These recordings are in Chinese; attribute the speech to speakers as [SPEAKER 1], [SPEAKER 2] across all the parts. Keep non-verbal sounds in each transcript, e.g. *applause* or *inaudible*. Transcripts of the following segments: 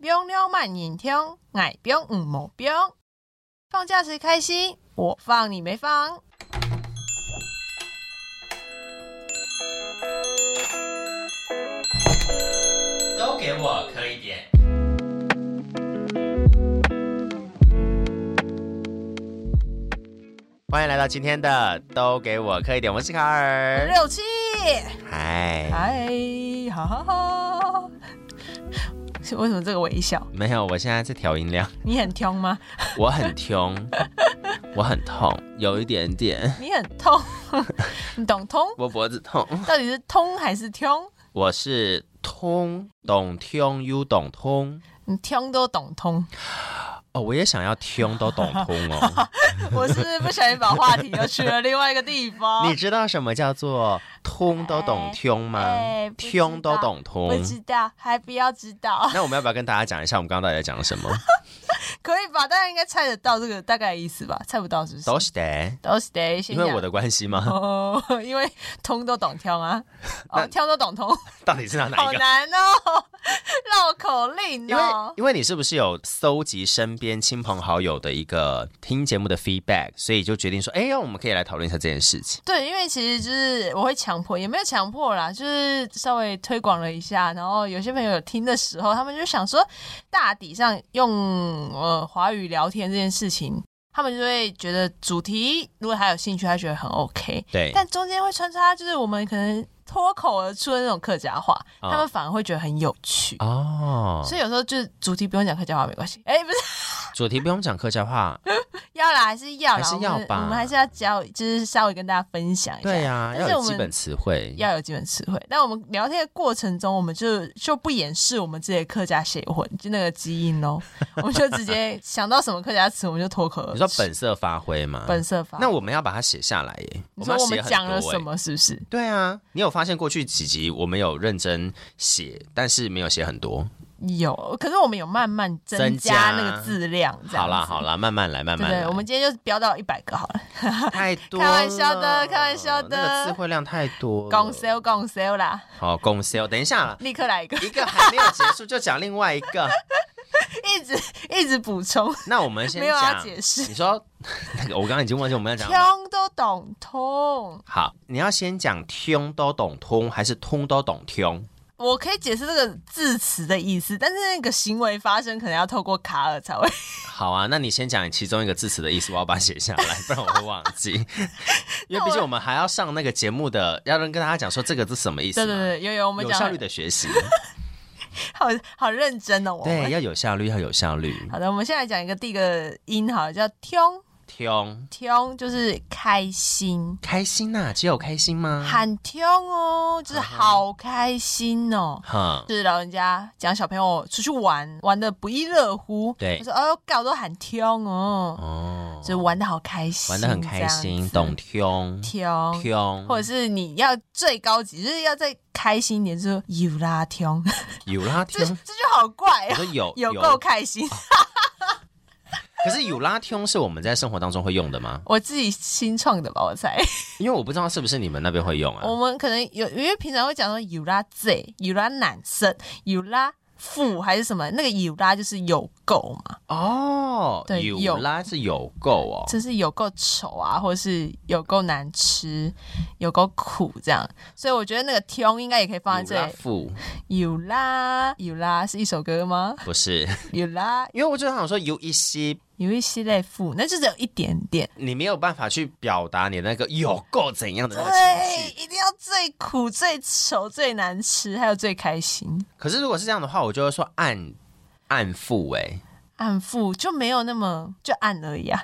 [SPEAKER 1] 冰了慢眼听，爱冰唔毛冰。放假时开心，我放你没放。
[SPEAKER 2] 都给我磕一点。欢迎来到今天的都给我磕一点，我是卡
[SPEAKER 1] *laughs*
[SPEAKER 2] 尔。
[SPEAKER 1] 六七，
[SPEAKER 2] 嗨，
[SPEAKER 1] 嗨，哈哈哈！是为什么这个微笑？
[SPEAKER 2] 没有，我现在在调音量，
[SPEAKER 1] *laughs* 你很痛吗？
[SPEAKER 2] 我很痛，我很痛，有一点点，
[SPEAKER 1] 你很痛， *laughs* 你懂通？
[SPEAKER 2] 我脖子痛。
[SPEAKER 1] 到底是通还是通？
[SPEAKER 2] 我是通懂通又懂通
[SPEAKER 1] 你通都懂通。
[SPEAKER 2] 哦，我也想要听都懂通
[SPEAKER 1] *laughs*
[SPEAKER 2] 哦。
[SPEAKER 1] 我是不是不小心把话题又去了另外一个地方。
[SPEAKER 2] 你知道什么叫做通都懂听吗
[SPEAKER 1] 哎哎？不知道
[SPEAKER 2] 听都懂
[SPEAKER 1] 不
[SPEAKER 2] 通。
[SPEAKER 1] 知道，还不要知道，
[SPEAKER 2] *laughs* 那我们要不要跟大家讲一下我们刚刚到底在讲什
[SPEAKER 1] *laughs*
[SPEAKER 2] 么？
[SPEAKER 1] 可以吧？大家应该猜得到这个大概意思吧？猜不到是不是？
[SPEAKER 2] 都是的，
[SPEAKER 1] 都是得先
[SPEAKER 2] 因
[SPEAKER 1] 讲
[SPEAKER 2] 为我的关系 *laughs* 吗？
[SPEAKER 1] 哦，因为通都懂挑啊，哦，
[SPEAKER 2] 那
[SPEAKER 1] 挑都懂通，
[SPEAKER 2] 到底是哪哪
[SPEAKER 1] 好
[SPEAKER 2] 一个？
[SPEAKER 1] 难哦，绕口令
[SPEAKER 2] 因为
[SPEAKER 1] 哦。
[SPEAKER 2] 因为你是不是有搜集身边亲朋好友的一个听节目的 feedback，所以就决定说，哎、我们可以来讨论一下这件事情。
[SPEAKER 1] 对，因为其实就是我会强迫，也没有强迫啦，就是稍微推广了一下。然后有些朋友有听的时候，他们就想说，大体上用呃华语聊天这件事情，他们就会觉得主题如果还有兴趣，他觉得很 OK。
[SPEAKER 2] 对，
[SPEAKER 1] 但中间会穿插，就是我们可能脱口而出的那种客家话，
[SPEAKER 2] 哦
[SPEAKER 1] 他们反而会觉得很有趣。
[SPEAKER 2] 哦，
[SPEAKER 1] 所以有时候就是主题不用讲客家话没关系，哎、 *laughs* 不是
[SPEAKER 2] 主题不用讲客
[SPEAKER 1] *laughs*
[SPEAKER 2] 家话，
[SPEAKER 1] 啊要啦，还是要啦，
[SPEAKER 2] 还是要
[SPEAKER 1] 我们
[SPEAKER 2] 吧
[SPEAKER 1] 我们还是要教，就是稍微跟大家分享一下。
[SPEAKER 2] 对呀、
[SPEAKER 1] 但
[SPEAKER 2] 要
[SPEAKER 1] 是
[SPEAKER 2] 有
[SPEAKER 1] 我
[SPEAKER 2] 基本
[SPEAKER 1] 们
[SPEAKER 2] 词汇。
[SPEAKER 1] 要有基本词汇。但我们聊天的过程中，我们就就不掩饰我们自己的客家血魂，就那个基因
[SPEAKER 2] *laughs*
[SPEAKER 1] 咯，我们就直接想到什么客家词，我们就脱口而出。
[SPEAKER 2] 你说本色发挥吗？
[SPEAKER 1] 本色法，
[SPEAKER 2] 那我们要把它写下来耶。
[SPEAKER 1] 你说
[SPEAKER 2] 要
[SPEAKER 1] 我
[SPEAKER 2] 写
[SPEAKER 1] 们
[SPEAKER 2] 很
[SPEAKER 1] 讲了
[SPEAKER 2] 多欸耶
[SPEAKER 1] 什？么，是不是？
[SPEAKER 2] 对啊，你有发现过去几集我们有认真写，但是没有写很多。
[SPEAKER 1] 有，可是我们有慢慢增
[SPEAKER 2] 增加
[SPEAKER 1] 那个字量，这样
[SPEAKER 2] 好啦
[SPEAKER 1] 子
[SPEAKER 2] 好啦，慢慢来，慢
[SPEAKER 1] 对
[SPEAKER 2] 慢
[SPEAKER 1] 不
[SPEAKER 2] 来。
[SPEAKER 1] 对？我们今天就飙到一百个好了，
[SPEAKER 2] 太多
[SPEAKER 1] 开玩笑的
[SPEAKER 2] 了
[SPEAKER 1] 开玩笑的
[SPEAKER 2] 那个词汇量太多了。
[SPEAKER 1] 公 sale 公 sale 啦，，
[SPEAKER 2] 好公司哦，等一下啦
[SPEAKER 1] *laughs* 立刻来一个，
[SPEAKER 2] 一个还没有结束就讲另外一个，
[SPEAKER 1] 一直 *laughs* 一直补充，
[SPEAKER 2] 那我们先
[SPEAKER 1] 没有要
[SPEAKER 2] 讲。
[SPEAKER 1] 解释，
[SPEAKER 2] 你说 *laughs* 那个，我刚刚已经忘记我们要讲什么。
[SPEAKER 1] 听都懂通，
[SPEAKER 2] 好，你要先讲听都懂通，还是通都懂听？
[SPEAKER 1] 我可以解释这个字词的意思，但是那个行为发生可能要透过卡尔才会。 *laughs*
[SPEAKER 2] 好啊，那你先讲其中一个字词的意思，我要把它写下来，不然我会忘
[SPEAKER 1] *laughs*
[SPEAKER 2] 记。因为毕竟我们还要上那个节目的，要跟大家讲说这个字什么意思
[SPEAKER 1] 对
[SPEAKER 2] 嘛。
[SPEAKER 1] 对对，有有，我们
[SPEAKER 2] 有
[SPEAKER 1] 讲
[SPEAKER 2] 效率的学
[SPEAKER 1] *laughs*
[SPEAKER 2] 习，
[SPEAKER 1] 好好认真哦，我
[SPEAKER 2] 对，
[SPEAKER 1] 们。
[SPEAKER 2] 要有效率，要有效率。
[SPEAKER 1] 好的，我们现在讲一个第一个音好了，叫听
[SPEAKER 2] 听，
[SPEAKER 1] 听，就是开心。
[SPEAKER 2] 开心呐、只有开心吗？
[SPEAKER 1] 喊听哦，就是好开心哦。
[SPEAKER 2] 哼，
[SPEAKER 1] 就是老人家讲小朋友出去玩，玩的不亦乐乎。
[SPEAKER 2] 对
[SPEAKER 1] 他说哦，搞都喊听哦，
[SPEAKER 2] 哦
[SPEAKER 1] 就，是玩的好开心，
[SPEAKER 2] 玩的很开心，
[SPEAKER 1] 这样
[SPEAKER 2] 懂
[SPEAKER 1] 子
[SPEAKER 2] 听
[SPEAKER 1] 听。
[SPEAKER 2] 听，
[SPEAKER 1] 或者是你要最高级，就是要再开心一点，就是有啦听，
[SPEAKER 2] 有拉
[SPEAKER 1] 这这
[SPEAKER 2] 听，
[SPEAKER 1] *laughs* 就好怪
[SPEAKER 2] 我
[SPEAKER 1] 啊，
[SPEAKER 2] 说有
[SPEAKER 1] 有哦够开心。
[SPEAKER 2] 可是有拉听是我们在生活当中会用的吗？
[SPEAKER 1] 我自己新创的吧，我猜。
[SPEAKER 2] 因为我不知道是不是你们那边会用啊
[SPEAKER 1] 我。们可能有，因为平常会讲说有啦 Z，有啦男生，有啦富还是什么，那个有啦就是有够嘛。
[SPEAKER 2] 哦，
[SPEAKER 1] 对
[SPEAKER 2] 有拉是有够哦，
[SPEAKER 1] 真是有够丑啊，或是有够难吃，有够苦这样。所以我觉得那个 t 应该也可以放
[SPEAKER 2] 有拉
[SPEAKER 1] 在这里。
[SPEAKER 2] 富
[SPEAKER 1] 有啦，有啦，是一首歌吗？
[SPEAKER 2] 不是， *laughs*
[SPEAKER 1] 有啦，
[SPEAKER 2] 因为我就想说有一些
[SPEAKER 1] 有一些类负，那就只有一点点。
[SPEAKER 2] 你没有办法去表达你那个有够怎样的那个情
[SPEAKER 1] 对
[SPEAKER 2] 绪。，
[SPEAKER 1] 一定要最苦、最丑、最难吃，还有最开心。
[SPEAKER 2] 可是如果是这样的话，我就会说按按富哎、
[SPEAKER 1] 按负就没有那么就按而已啊，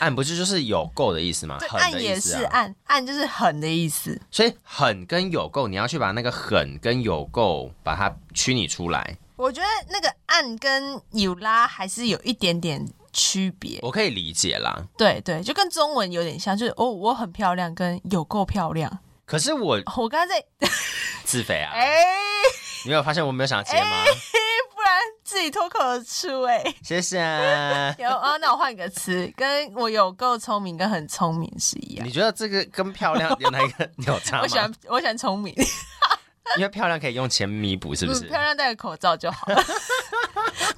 [SPEAKER 2] 按不是就是有够的意思吗？
[SPEAKER 1] 对，
[SPEAKER 2] 狠
[SPEAKER 1] 按
[SPEAKER 2] 的
[SPEAKER 1] 也
[SPEAKER 2] 意思
[SPEAKER 1] 是
[SPEAKER 2] 啊。
[SPEAKER 1] 按，按就是狠的意思。
[SPEAKER 2] 所以狠跟有够，你要去把那个狠跟有够把它虚拟出来。
[SPEAKER 1] 我觉得那个按跟有啦还是有一点点区别。
[SPEAKER 2] 我可以理解啦，
[SPEAKER 1] 对对，就跟中文有点像，就是哦，我很漂亮，跟有够漂亮。
[SPEAKER 2] 可是我
[SPEAKER 1] 哦我刚才在
[SPEAKER 2] 自肥啊，
[SPEAKER 1] 哎、
[SPEAKER 2] 你没有发现我没有想接吗？
[SPEAKER 1] 不然自己脱口而出哎、
[SPEAKER 2] 谢谢。
[SPEAKER 1] 有啊，那我换个词，跟我有够聪明跟很聪明是一样
[SPEAKER 2] 你。觉得这个跟漂亮有哪一个有
[SPEAKER 1] *laughs*
[SPEAKER 2] 差
[SPEAKER 1] 我喜
[SPEAKER 2] 吗
[SPEAKER 1] 欢？我喜欢聪明，
[SPEAKER 2] 因为漂亮可以用钱弥补，是不
[SPEAKER 1] 嗯
[SPEAKER 2] 是？ *laughs*
[SPEAKER 1] 漂亮戴个口罩就好了。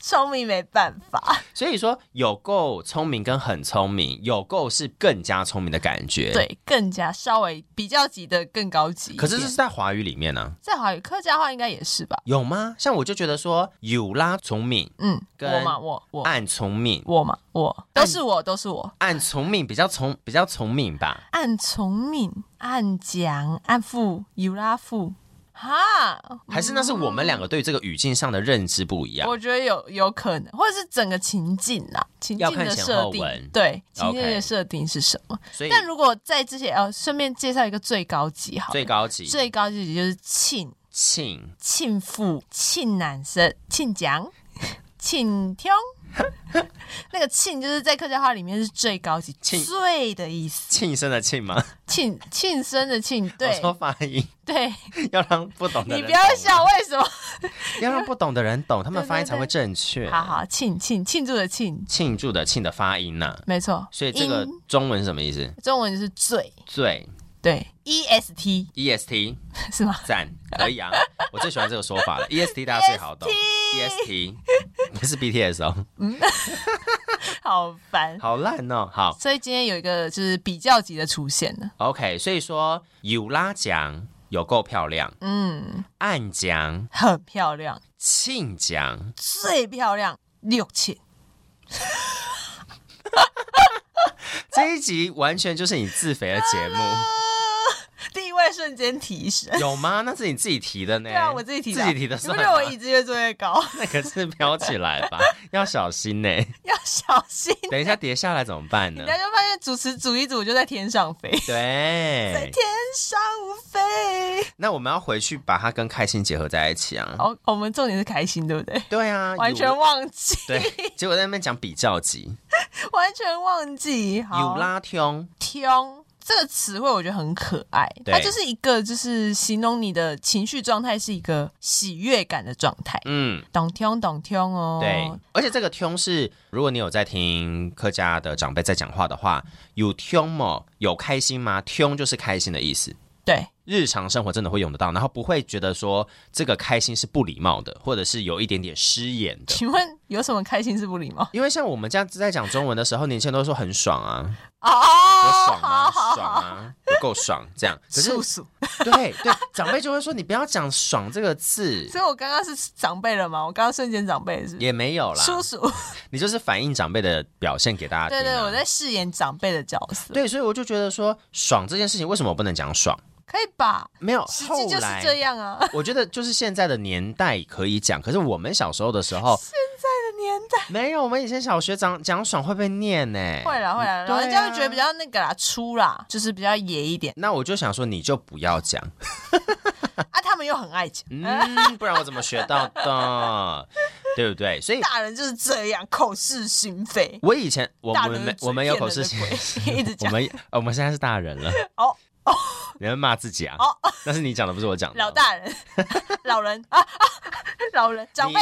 [SPEAKER 1] 聪明没办法。
[SPEAKER 2] 所以说，有够聪明跟很聪明，有够是更加聪明的感觉。，
[SPEAKER 1] 对，更加稍微比较级的更高级一点。
[SPEAKER 2] 可是这是在华语里面呢、
[SPEAKER 1] 在华语客家话应该也是吧？
[SPEAKER 2] 有吗？像我就觉得说有啦，聪明
[SPEAKER 1] 嗯，
[SPEAKER 2] 跟啊
[SPEAKER 1] 我嘛，我我
[SPEAKER 2] 按聪明，
[SPEAKER 1] 我嘛，我都是我，都是我。
[SPEAKER 2] 按聪明比较聪比较聪明吧。
[SPEAKER 1] 按从敏，按讲，按富，尤拉富，哈，
[SPEAKER 2] 还是那是我们两个对这个语境上的认知不一样。
[SPEAKER 1] 我觉得有有可能，或者是整个情境啦，情境
[SPEAKER 2] 要看
[SPEAKER 1] 的
[SPEAKER 2] 前
[SPEAKER 1] 设
[SPEAKER 2] 后
[SPEAKER 1] 定
[SPEAKER 2] 文，
[SPEAKER 1] 对，情境
[SPEAKER 2] OK
[SPEAKER 1] 的设定是什么？
[SPEAKER 2] 所以
[SPEAKER 1] 但如果在之前，呃，顺便介绍一个最高级好了，
[SPEAKER 2] 最高级
[SPEAKER 1] 最高级就是庆
[SPEAKER 2] 庆
[SPEAKER 1] 庆父、庆男生、庆奖、 *laughs* 庆听。 *laughs* 那个“庆”就是在客家话里面是最高级、
[SPEAKER 2] 庆
[SPEAKER 1] 最的意思，
[SPEAKER 2] 庆生的庆吗？
[SPEAKER 1] 庆庆生的庆，
[SPEAKER 2] *laughs* 我
[SPEAKER 1] 对
[SPEAKER 2] 说发音
[SPEAKER 1] 对，
[SPEAKER 2] 要让不懂的
[SPEAKER 1] 你不
[SPEAKER 2] 人，
[SPEAKER 1] 要笑，，为什么？
[SPEAKER 2] 要让不懂的人懂，他
[SPEAKER 1] *laughs*
[SPEAKER 2] 们
[SPEAKER 1] 对对
[SPEAKER 2] 发音才
[SPEAKER 1] 对
[SPEAKER 2] 会正确。
[SPEAKER 1] 好好，庆庆庆祝的庆，
[SPEAKER 2] 庆祝的庆的发音呐、
[SPEAKER 1] 没错。
[SPEAKER 2] 所以这个
[SPEAKER 1] 音
[SPEAKER 2] 中文是什么意思？
[SPEAKER 1] 中文就是最，
[SPEAKER 2] 最
[SPEAKER 1] 对，E S T *laughs*
[SPEAKER 2] E S T
[SPEAKER 1] 是吗？
[SPEAKER 2] 赞可以
[SPEAKER 1] *laughs*
[SPEAKER 2] 啊，我最喜欢这个说法了。E S T 大家最好懂 E S T 不是 B T S 哦，
[SPEAKER 1] 好烦。
[SPEAKER 2] 好烂哦。好
[SPEAKER 1] 所以今天有一个就是比较级的出现了，
[SPEAKER 2] ，OK，所以说有拉奖有够漂亮，
[SPEAKER 1] 嗯，
[SPEAKER 2] 暗奖
[SPEAKER 1] 很漂亮，
[SPEAKER 2] 庆奖
[SPEAKER 1] 最漂亮六千，
[SPEAKER 2] 这一集完全就是你自肥的节
[SPEAKER 1] *laughs*
[SPEAKER 2] 目，
[SPEAKER 1] 地位瞬间提升。
[SPEAKER 2] 有吗？那是你自己提的呢。
[SPEAKER 1] 对啊，我自己提的，
[SPEAKER 2] 自己提的
[SPEAKER 1] 你
[SPEAKER 2] 算
[SPEAKER 1] 不
[SPEAKER 2] 吗
[SPEAKER 1] 觉得我椅子越坐越高？ *laughs*
[SPEAKER 2] 那可是飘起来吧，要小心呢、
[SPEAKER 1] 要小心，
[SPEAKER 2] 等一下跌下来怎么办呢
[SPEAKER 1] 人？家就发现主持组一组就在天上飞，在
[SPEAKER 2] 对，
[SPEAKER 1] 天上飞。
[SPEAKER 2] 那我们要回去把它跟开心结合在一起啊。
[SPEAKER 1] 哦，我们重点是开心，对不对？
[SPEAKER 2] 对啊，
[SPEAKER 1] 完全
[SPEAKER 2] 有
[SPEAKER 1] 忘记， *laughs*
[SPEAKER 2] 对，结果在那边讲比较级，
[SPEAKER 1] 完全忘记。好
[SPEAKER 2] 有，拉听
[SPEAKER 1] 听这个词汇我觉得很可爱，
[SPEAKER 2] 对
[SPEAKER 1] 它就是一个就是形容你的情绪状态是一个喜悦感的状态。
[SPEAKER 2] 嗯，
[SPEAKER 1] 懂听懂听哦，
[SPEAKER 2] 对，而且这个听是，如果你有在听客家的长辈在讲话的话，有听吗？有开心吗？听就是开心的意思。
[SPEAKER 1] 对
[SPEAKER 2] 日常生活真的会用得到，然后不会觉得说这个开心是不礼貌的，或者是有一点点失言的。
[SPEAKER 1] 请问有什么开心是不礼貌？
[SPEAKER 2] 因为像我们这样子在讲中文的时候，年轻人都说很爽啊，
[SPEAKER 1] 哦，
[SPEAKER 2] 有爽吗？
[SPEAKER 1] 好好
[SPEAKER 2] 爽
[SPEAKER 1] 好，
[SPEAKER 2] 啊，有够爽这
[SPEAKER 1] *laughs*
[SPEAKER 2] 样。可是
[SPEAKER 1] 素素。
[SPEAKER 2] 对对，长辈就会说你不要讲“爽”这个字，
[SPEAKER 1] 所以我刚刚是长辈了嘛，我刚刚瞬间长辈了是不是
[SPEAKER 2] 也没有啦。
[SPEAKER 1] 叔叔，
[SPEAKER 2] 你就是反映长辈的表现给大家听、
[SPEAKER 1] 对
[SPEAKER 2] 啊。
[SPEAKER 1] 对，我在饰演长辈的角色，
[SPEAKER 2] 对所以我就觉得说爽这件事情为什么我不能讲爽？
[SPEAKER 1] 可以吧？
[SPEAKER 2] 没有，
[SPEAKER 1] 实
[SPEAKER 2] 哦后
[SPEAKER 1] 际就是
[SPEAKER 2] 来
[SPEAKER 1] 这样啊，的
[SPEAKER 2] *laughs* 我觉得就是现在的年代可以讲，可是我们小时候的时候
[SPEAKER 1] 年代
[SPEAKER 2] 没有，我们以前小学讲讲爽会被念呢。
[SPEAKER 1] 会啦会啦，
[SPEAKER 2] 对啊
[SPEAKER 1] 老人家会觉得比较那个啦，粗啦，就是比较野一点
[SPEAKER 2] 那我就想说，你就不
[SPEAKER 1] *laughs*
[SPEAKER 2] 要讲，
[SPEAKER 1] 啊，他们又很爱
[SPEAKER 2] *laughs*
[SPEAKER 1] 讲，
[SPEAKER 2] 嗯，不然我怎么学到的？对不对？所以
[SPEAKER 1] 大人就是这样，口是心非。
[SPEAKER 2] 我以前我
[SPEAKER 1] 大
[SPEAKER 2] 们
[SPEAKER 1] 人
[SPEAKER 2] 没我们有口是心
[SPEAKER 1] 心， *laughs* 一直
[SPEAKER 2] 我
[SPEAKER 1] 讲
[SPEAKER 2] 们 *laughs* 呃我们现在是大人了。
[SPEAKER 1] 哦哦，
[SPEAKER 2] 你们骂自己啊？
[SPEAKER 1] 哦
[SPEAKER 2] 那是你讲的，不是我讲的。
[SPEAKER 1] 老大人、 *laughs* 老人 *laughs* 啊啊，老人长辈，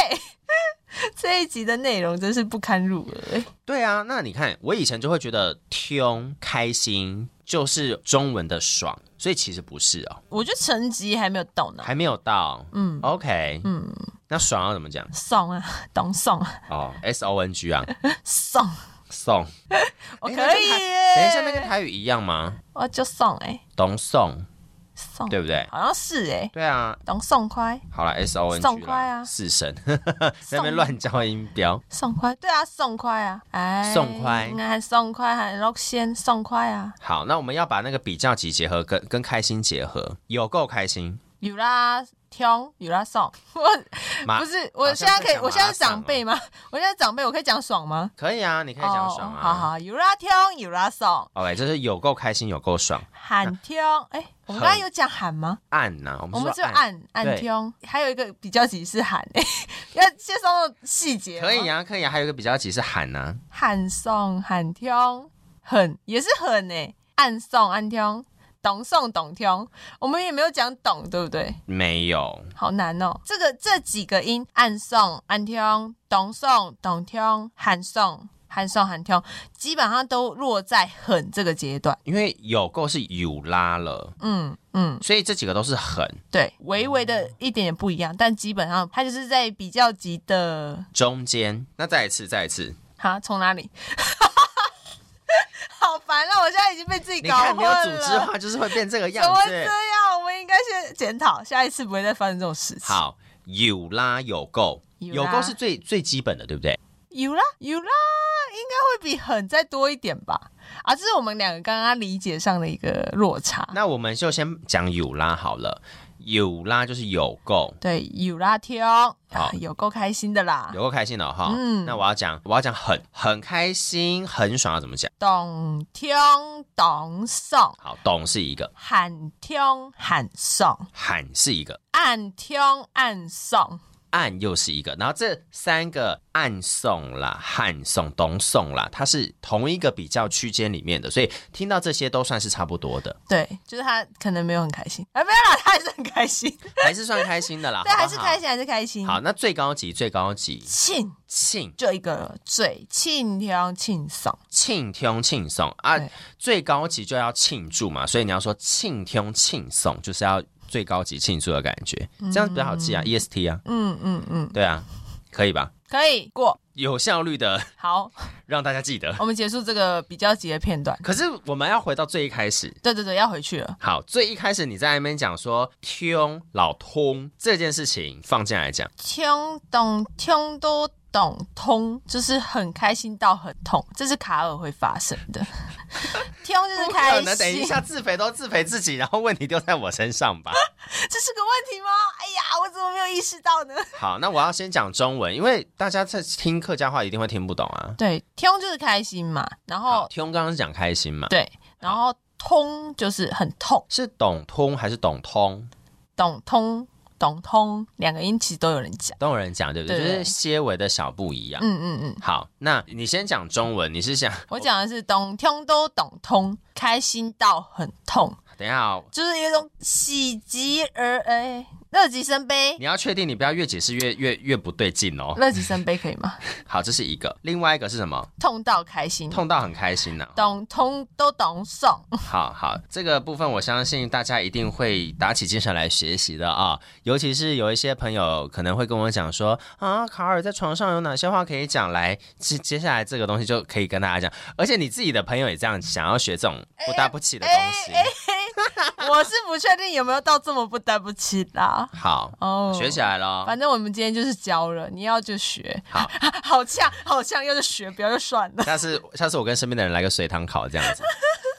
[SPEAKER 1] *laughs* 这一集的内容真是不堪入耳。
[SPEAKER 2] 对啊，那你看，我以前就会觉得“听开心”就是中文的“爽”，所以其实不是哦，
[SPEAKER 1] 我觉得成绩还没有到呢，
[SPEAKER 2] 还没有到。
[SPEAKER 1] 嗯
[SPEAKER 2] OK，
[SPEAKER 1] 嗯，
[SPEAKER 2] 那“爽”要怎么讲？
[SPEAKER 1] 送啊， *laughs* 懂送啊，
[SPEAKER 2] 哦，S O
[SPEAKER 1] *laughs*
[SPEAKER 2] N G 啊，
[SPEAKER 1] 送，
[SPEAKER 2] 送。
[SPEAKER 1] 我
[SPEAKER 2] 诶
[SPEAKER 1] 可以耶。
[SPEAKER 2] 等一下，那跟台语一样吗？
[SPEAKER 1] 我就送哎，
[SPEAKER 2] 懂送，
[SPEAKER 1] 送，
[SPEAKER 2] 对不对？
[SPEAKER 1] 好像是哎，
[SPEAKER 2] 对啊，
[SPEAKER 1] 懂送快，
[SPEAKER 2] 好了，S O N G
[SPEAKER 1] 送快啊
[SPEAKER 2] 四声， *laughs* 在那
[SPEAKER 1] 送
[SPEAKER 2] 边乱教音标。
[SPEAKER 1] 送快，对啊，送快啊，哎，
[SPEAKER 2] 送快
[SPEAKER 1] 哎，送快，还落先送快啊，
[SPEAKER 2] 好，那我们要把那个比较级结合跟跟开心结合，有够开心。
[SPEAKER 1] 有啦。听有啦送，我
[SPEAKER 2] 马
[SPEAKER 1] 不是，我
[SPEAKER 2] 啊好
[SPEAKER 1] 现
[SPEAKER 2] 像
[SPEAKER 1] 在可以，
[SPEAKER 2] 在讲
[SPEAKER 1] 我现在是
[SPEAKER 2] 马
[SPEAKER 1] 长
[SPEAKER 2] 拉松哦
[SPEAKER 1] 辈吗？我现在是长辈，我可以讲爽吗？
[SPEAKER 2] 可以啊，你可以讲爽
[SPEAKER 1] 哦、
[SPEAKER 2] 啊。
[SPEAKER 1] 好好，有啦听，有啦送，
[SPEAKER 2] OK，就是有够开心，有够爽。
[SPEAKER 1] 喊听。哎、我们刚刚有讲喊吗？
[SPEAKER 2] 按呐、我们
[SPEAKER 1] 我们
[SPEAKER 2] 是
[SPEAKER 1] 只
[SPEAKER 2] 说
[SPEAKER 1] 有
[SPEAKER 2] 按
[SPEAKER 1] 按按
[SPEAKER 2] 对
[SPEAKER 1] 听，还有一个比较级是喊，哎要介绍到细节。
[SPEAKER 2] 可以
[SPEAKER 1] 啊，
[SPEAKER 2] 啊，可以啊，还有一个比较急是喊呐、
[SPEAKER 1] 喊送喊听，很也是很哎、按送按听，懂送懂听，我们也没有讲懂，对不对？
[SPEAKER 2] 没有，
[SPEAKER 1] 好难哦，这个这几个音，按送按听，懂送懂听，喊送韩上韩跳，基本上都落在很这个阶段。
[SPEAKER 2] 因为有够是有拉了，
[SPEAKER 1] 嗯嗯，
[SPEAKER 2] 所以这几个都是很
[SPEAKER 1] 对，微微的一点点不一样，但基本上它就是在比较级的。
[SPEAKER 2] 中间。那再一次，再一次，
[SPEAKER 1] 哈，从哪里？ *laughs* 好烦啊！我现在已经被自己
[SPEAKER 2] 你
[SPEAKER 1] 搞
[SPEAKER 2] 看
[SPEAKER 1] 混
[SPEAKER 2] 没有组织
[SPEAKER 1] 了。
[SPEAKER 2] 化就是会变这个
[SPEAKER 1] 怎
[SPEAKER 2] 样
[SPEAKER 1] 么会这
[SPEAKER 2] 子。欸
[SPEAKER 1] 样？我们应该先检讨，下一次不会再发生这种事情。
[SPEAKER 2] 好，有拉有够，
[SPEAKER 1] 有
[SPEAKER 2] 有
[SPEAKER 1] 拉嗯
[SPEAKER 2] 够是最最基本的，对不对？
[SPEAKER 1] 有啦有啦，应该会比很再多一点吧？啊，这是我们两个刚刚理解上的一个落差。
[SPEAKER 2] 那我们就先讲有拉好了，有拉就是有够，
[SPEAKER 1] 对，有啦挑，
[SPEAKER 2] 好
[SPEAKER 1] 有够开心的啦，
[SPEAKER 2] 有够开心了哦哈。
[SPEAKER 1] 嗯
[SPEAKER 2] 那我要讲，我要讲很很开心，很爽要怎么讲？
[SPEAKER 1] 懂听懂送，
[SPEAKER 2] 好，懂是一个，
[SPEAKER 1] 喊听喊送，
[SPEAKER 2] 喊是一个，
[SPEAKER 1] 按听按送，
[SPEAKER 2] 按又是一个，然后这三个按送啦、汉送、懂送啦，它是同一个比较区间里面的，所以听到这些都算是差不多的，
[SPEAKER 1] 对，就是他可能没有很开心，啊，没有啦， *laughs* 他还是很开心，
[SPEAKER 2] 还是算开心的
[SPEAKER 1] *laughs*
[SPEAKER 2] 啦。
[SPEAKER 1] 对，
[SPEAKER 2] 好不
[SPEAKER 1] 还
[SPEAKER 2] 好
[SPEAKER 1] 是开。心，还是开心。
[SPEAKER 2] 好，，那最高级最高级，
[SPEAKER 1] 庆
[SPEAKER 2] 庆
[SPEAKER 1] 就一个最庆听庆送，
[SPEAKER 2] 庆听庆送啊
[SPEAKER 1] 对，
[SPEAKER 2] 最高级就要庆祝嘛，所以你要说庆听庆送，就是要最高级庆祝的感觉，这样比较好记啊，EST 啊，
[SPEAKER 1] 嗯嗯嗯，
[SPEAKER 2] 对啊，可以吧？
[SPEAKER 1] 可以过。
[SPEAKER 2] 有效率的
[SPEAKER 1] 好，
[SPEAKER 2] 让大家记得。
[SPEAKER 1] 我们结束这个比较急的片段。
[SPEAKER 2] 可是我们要回到最一开始，
[SPEAKER 1] 对对对，要回去了。
[SPEAKER 2] 好，最一开始你在那边讲说听老通这件事情放进来讲，
[SPEAKER 1] 听懂听都懂通，就是很开心到很痛，这是卡尔会发生的。 *laughs* 听就是开
[SPEAKER 2] 可能等一
[SPEAKER 1] 心，
[SPEAKER 2] 下自肥都自肥自己，然后问题丢在我身上吧。
[SPEAKER 1] *laughs* 这是个问题吗？哎呀，我怎么没有意识到呢？
[SPEAKER 2] 好，那我要先讲中文，因为大家在听客家话一定会听不懂啊。
[SPEAKER 1] 对，听就是开心嘛，然
[SPEAKER 2] 好，
[SPEAKER 1] 后
[SPEAKER 2] 听刚刚是讲开心嘛，
[SPEAKER 1] 哦对，然后通就是很痛，
[SPEAKER 2] 是懂通还是懂通？
[SPEAKER 1] 懂通懂通两个音其实都有人讲。
[SPEAKER 2] 都有人讲对不对？
[SPEAKER 1] 对
[SPEAKER 2] 就是些微的小不一样。
[SPEAKER 1] 嗯嗯嗯，
[SPEAKER 2] 好，那你先讲中文，你是想
[SPEAKER 1] 我讲的是懂听都懂通，开心到很痛，
[SPEAKER 2] 等一下哦、
[SPEAKER 1] 就是有一种喜极而哎，乐极生悲
[SPEAKER 2] 你。要确定你不要越解释越越越不对劲哦。
[SPEAKER 1] 乐极生悲可以吗？
[SPEAKER 2] 好，这是一个，另外一个是什么？
[SPEAKER 1] 痛到开心，
[SPEAKER 2] 痛到很开心呢、
[SPEAKER 1] 懂通都懂送，
[SPEAKER 2] 好好，这个部分我相信大家一定会打起精神来学习的啊，尤其是有一些朋友可能会跟我讲说啊，卡尔在床上有哪些话可以讲来，接接下来这个东西就可以跟大家讲，而且你自己的朋友也这样想要学这种不搭不起的东西，
[SPEAKER 1] *laughs* 我是不确定有没有到这么不得不起啦。
[SPEAKER 2] 好，
[SPEAKER 1] 哦，
[SPEAKER 2] 学起来了。
[SPEAKER 1] 反正我们今天就是教了，你要就学，
[SPEAKER 2] 好，
[SPEAKER 1] *laughs* 好呛，好呛，要就学，不要就算了。
[SPEAKER 2] 下次下次我跟身边的人来个随堂考这样子，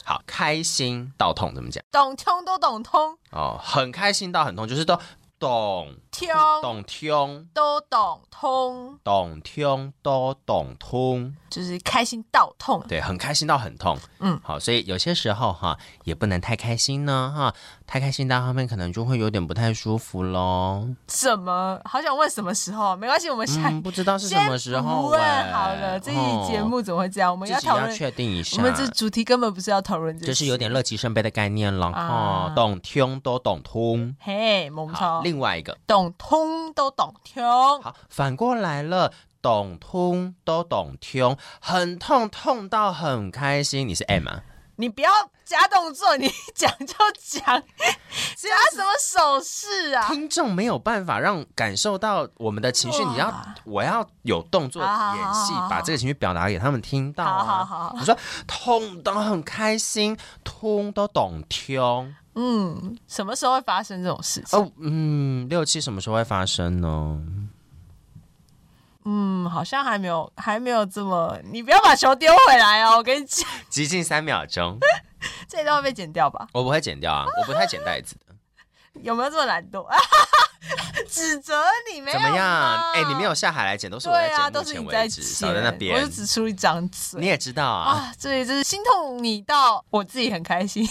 [SPEAKER 2] 好，开心到痛怎么讲？
[SPEAKER 1] 懂通都懂通，
[SPEAKER 2] 哦，很开心到很痛，就是都懂
[SPEAKER 1] 听
[SPEAKER 2] 懂听
[SPEAKER 1] 都懂通，
[SPEAKER 2] 懂听都懂通。
[SPEAKER 1] 就是开心到痛。
[SPEAKER 2] 对，很开心到很痛，
[SPEAKER 1] 嗯
[SPEAKER 2] 嗯，好，所以有些时候哈，也不能太开心呢，哈，太开心到后面可能就会有点不太舒服喽。
[SPEAKER 1] 什么？好想问什么时候？没关系，我们下、
[SPEAKER 2] 嗯，不知道是什么时
[SPEAKER 1] 先不
[SPEAKER 2] 候、
[SPEAKER 1] 问
[SPEAKER 2] 喂
[SPEAKER 1] 好了。这一节、目怎么会这样？我
[SPEAKER 2] 哦、
[SPEAKER 1] 们
[SPEAKER 2] 自己
[SPEAKER 1] 讨
[SPEAKER 2] 要
[SPEAKER 1] 论，
[SPEAKER 2] 确定一下，
[SPEAKER 1] 我们这主题根本不是要讨论这些，
[SPEAKER 2] 就是有点乐极生悲的概念了，
[SPEAKER 1] 啊
[SPEAKER 2] 哦，懂听都懂通。
[SPEAKER 1] 嘿，萌
[SPEAKER 2] 好，
[SPEAKER 1] 超
[SPEAKER 2] 另外一个，
[SPEAKER 1] 懂通都懂听，
[SPEAKER 2] 好，反过来了。懂通都懂听，很痛痛到很开心。你是 M 啊？
[SPEAKER 1] 你不要加动作，你讲就讲，加什么手势啊？
[SPEAKER 2] *laughs* 听众没有办法让感受到我们的情绪，
[SPEAKER 1] 哇
[SPEAKER 2] 你要我要有动作
[SPEAKER 1] 好好好
[SPEAKER 2] 演戏
[SPEAKER 1] 好好，
[SPEAKER 2] 把这个情绪表达给他们听到
[SPEAKER 1] 好好
[SPEAKER 2] 啊。
[SPEAKER 1] 好，
[SPEAKER 2] 你说痛到很开心，通都懂听
[SPEAKER 1] 嗯，什么时候会发生这种事情？
[SPEAKER 2] 哦，嗯，六七什么时候会发生
[SPEAKER 1] *laughs*
[SPEAKER 2] 呢？
[SPEAKER 1] 嗯，好像还没有，还没有这么，你不要把球丢回来哦！我跟你讲，
[SPEAKER 2] 极近三秒钟，
[SPEAKER 1] 这一段会被剪掉吧？
[SPEAKER 2] 我不会剪掉啊，我不太剪袋
[SPEAKER 1] *laughs*
[SPEAKER 2] 子的。
[SPEAKER 1] 有没有这么懒惰？ *laughs* 指责你没有
[SPEAKER 2] 怎么
[SPEAKER 1] 吗
[SPEAKER 2] 样？哎，你没有下海来剪，都是我在
[SPEAKER 1] 对啊，
[SPEAKER 2] 剪，
[SPEAKER 1] 都
[SPEAKER 2] 目
[SPEAKER 1] 是
[SPEAKER 2] 前
[SPEAKER 1] 你在
[SPEAKER 2] 为止
[SPEAKER 1] 剪，
[SPEAKER 2] 少在那
[SPEAKER 1] 我就
[SPEAKER 2] 边，
[SPEAKER 1] 只出一张嘴
[SPEAKER 2] 你。也知道啊。
[SPEAKER 1] 啊，这里就是心痛你到我自己很开心，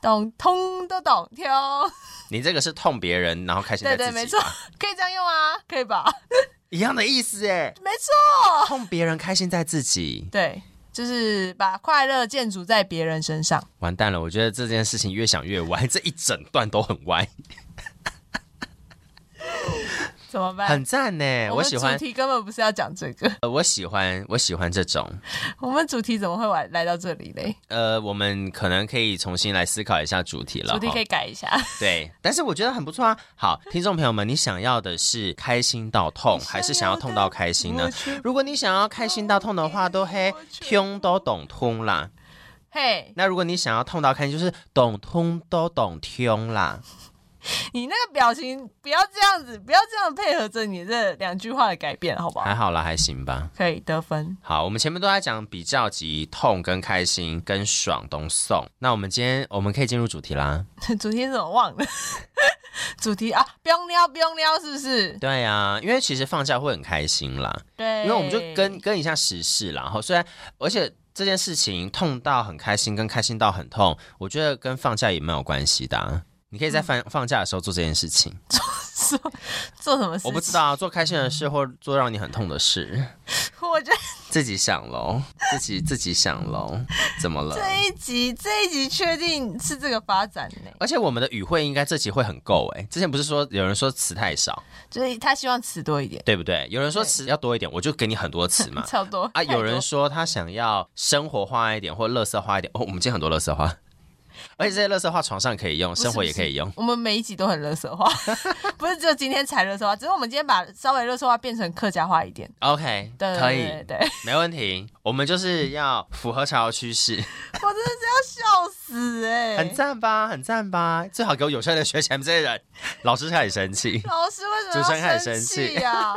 [SPEAKER 1] 懂通都懂挑，
[SPEAKER 2] 你这个是痛别人，然后开心
[SPEAKER 1] 对
[SPEAKER 2] 在
[SPEAKER 1] 对，
[SPEAKER 2] 自
[SPEAKER 1] 没
[SPEAKER 2] 己
[SPEAKER 1] 错，可以这样用啊，可以吧？ *laughs*
[SPEAKER 2] 一样的意思哎，
[SPEAKER 1] 没错，
[SPEAKER 2] 痛别人，开心在自己。
[SPEAKER 1] 对，就是把快乐建筑在别人身上。
[SPEAKER 2] 完蛋了，我觉得这件事情 *laughs* 越想越歪，这一整段都很歪。
[SPEAKER 1] 怎么办？
[SPEAKER 2] 很赞呢，
[SPEAKER 1] 哎我
[SPEAKER 2] 我
[SPEAKER 1] 们
[SPEAKER 2] 喜
[SPEAKER 1] 主
[SPEAKER 2] 欢，
[SPEAKER 1] 题根本不是要讲这个，
[SPEAKER 2] 呃我喜欢，我喜欢这种。
[SPEAKER 1] 我们主题怎么会来来到这里嘞？
[SPEAKER 2] 呃，我们可能可以重新来思考一下主题了。
[SPEAKER 1] 主题
[SPEAKER 2] 哈
[SPEAKER 1] 可以改一下，
[SPEAKER 2] 对，但是我觉得很不错啊。
[SPEAKER 1] *laughs*
[SPEAKER 2] 好，听众朋友们，你想要的是开心到痛，还是想要痛到开心呢
[SPEAKER 1] 我？去
[SPEAKER 2] 如果你想要开心到痛的话，都嘿通都懂通啦。
[SPEAKER 1] 嘿，
[SPEAKER 2] 那如果你想要痛到开心，就是懂通都懂通啦。
[SPEAKER 1] 你那个表情不要这样子，不要这样配合着你这两句话的改变，好不好？
[SPEAKER 2] 还好啦，还行吧。
[SPEAKER 1] 可以得分。
[SPEAKER 2] 好，我们前面都在讲比较级痛跟开心跟爽都送，那我们今天我们可以进入主题啦。
[SPEAKER 1] 主题是怎么忘了？ *laughs* 主题啊，不用撩，不用撩，是不是？
[SPEAKER 2] 对呀、因为其实放假会很开心啦。
[SPEAKER 1] 对，
[SPEAKER 2] 因为我们就跟跟一下时事啦，然后虽然而且这件事情痛到很开心，跟开心到很痛，我觉得跟放假也蛮有关系的、啊。你可以在放、放假的时候做这件事情，
[SPEAKER 1] 做做什么事？
[SPEAKER 2] 我不知，道啊，做开心的事或做让你很痛的事，
[SPEAKER 1] 我觉得
[SPEAKER 2] *laughs* 自己想喽，自己自己想喽，怎么了？
[SPEAKER 1] 这一集这一集确定是这个发展呢、
[SPEAKER 2] 而且我们的语汇应该这集会很够哎、之前不是说有人说词太少，
[SPEAKER 1] 就是他希望词多一点，
[SPEAKER 2] 对不对？有人说
[SPEAKER 1] 对。
[SPEAKER 2] 词要多一点，我就给你很多词嘛
[SPEAKER 1] *laughs* 差不多
[SPEAKER 2] 啊，
[SPEAKER 1] 太多
[SPEAKER 2] 有人说他想要生活化一点，或乐色化一点。哦，我们今天很多乐色化， *laughs* 而且这些乐色化床上可以用，
[SPEAKER 1] *laughs* 是
[SPEAKER 2] 生活也可以用。
[SPEAKER 1] 我们每一集都很热色
[SPEAKER 2] *laughs*
[SPEAKER 1] 化，不是只有今天才热色化，只是我们今天把稍微热色化变成客家化一点。
[SPEAKER 2] OK，
[SPEAKER 1] 对
[SPEAKER 2] 可
[SPEAKER 1] 对
[SPEAKER 2] 以，
[SPEAKER 1] 对，对
[SPEAKER 2] 没问题。我们就是要符合潮流趋势，
[SPEAKER 1] 我真的是要笑死哎、。
[SPEAKER 2] 很赞吧，很赞吧。最好给我有效的学前面这些人，老师开始生气
[SPEAKER 1] 老师为什
[SPEAKER 2] 主持
[SPEAKER 1] 么
[SPEAKER 2] 人开
[SPEAKER 1] 要
[SPEAKER 2] 始生气
[SPEAKER 1] 气呀、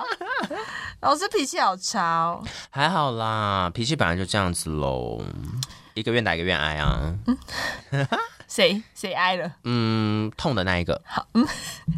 [SPEAKER 1] 老师脾气好差哦。
[SPEAKER 2] 还好啦，脾气本来就这样子喽，一个愿打一个愿挨啊。
[SPEAKER 1] 谁谁挨了？
[SPEAKER 2] 嗯，啊痛的那一个，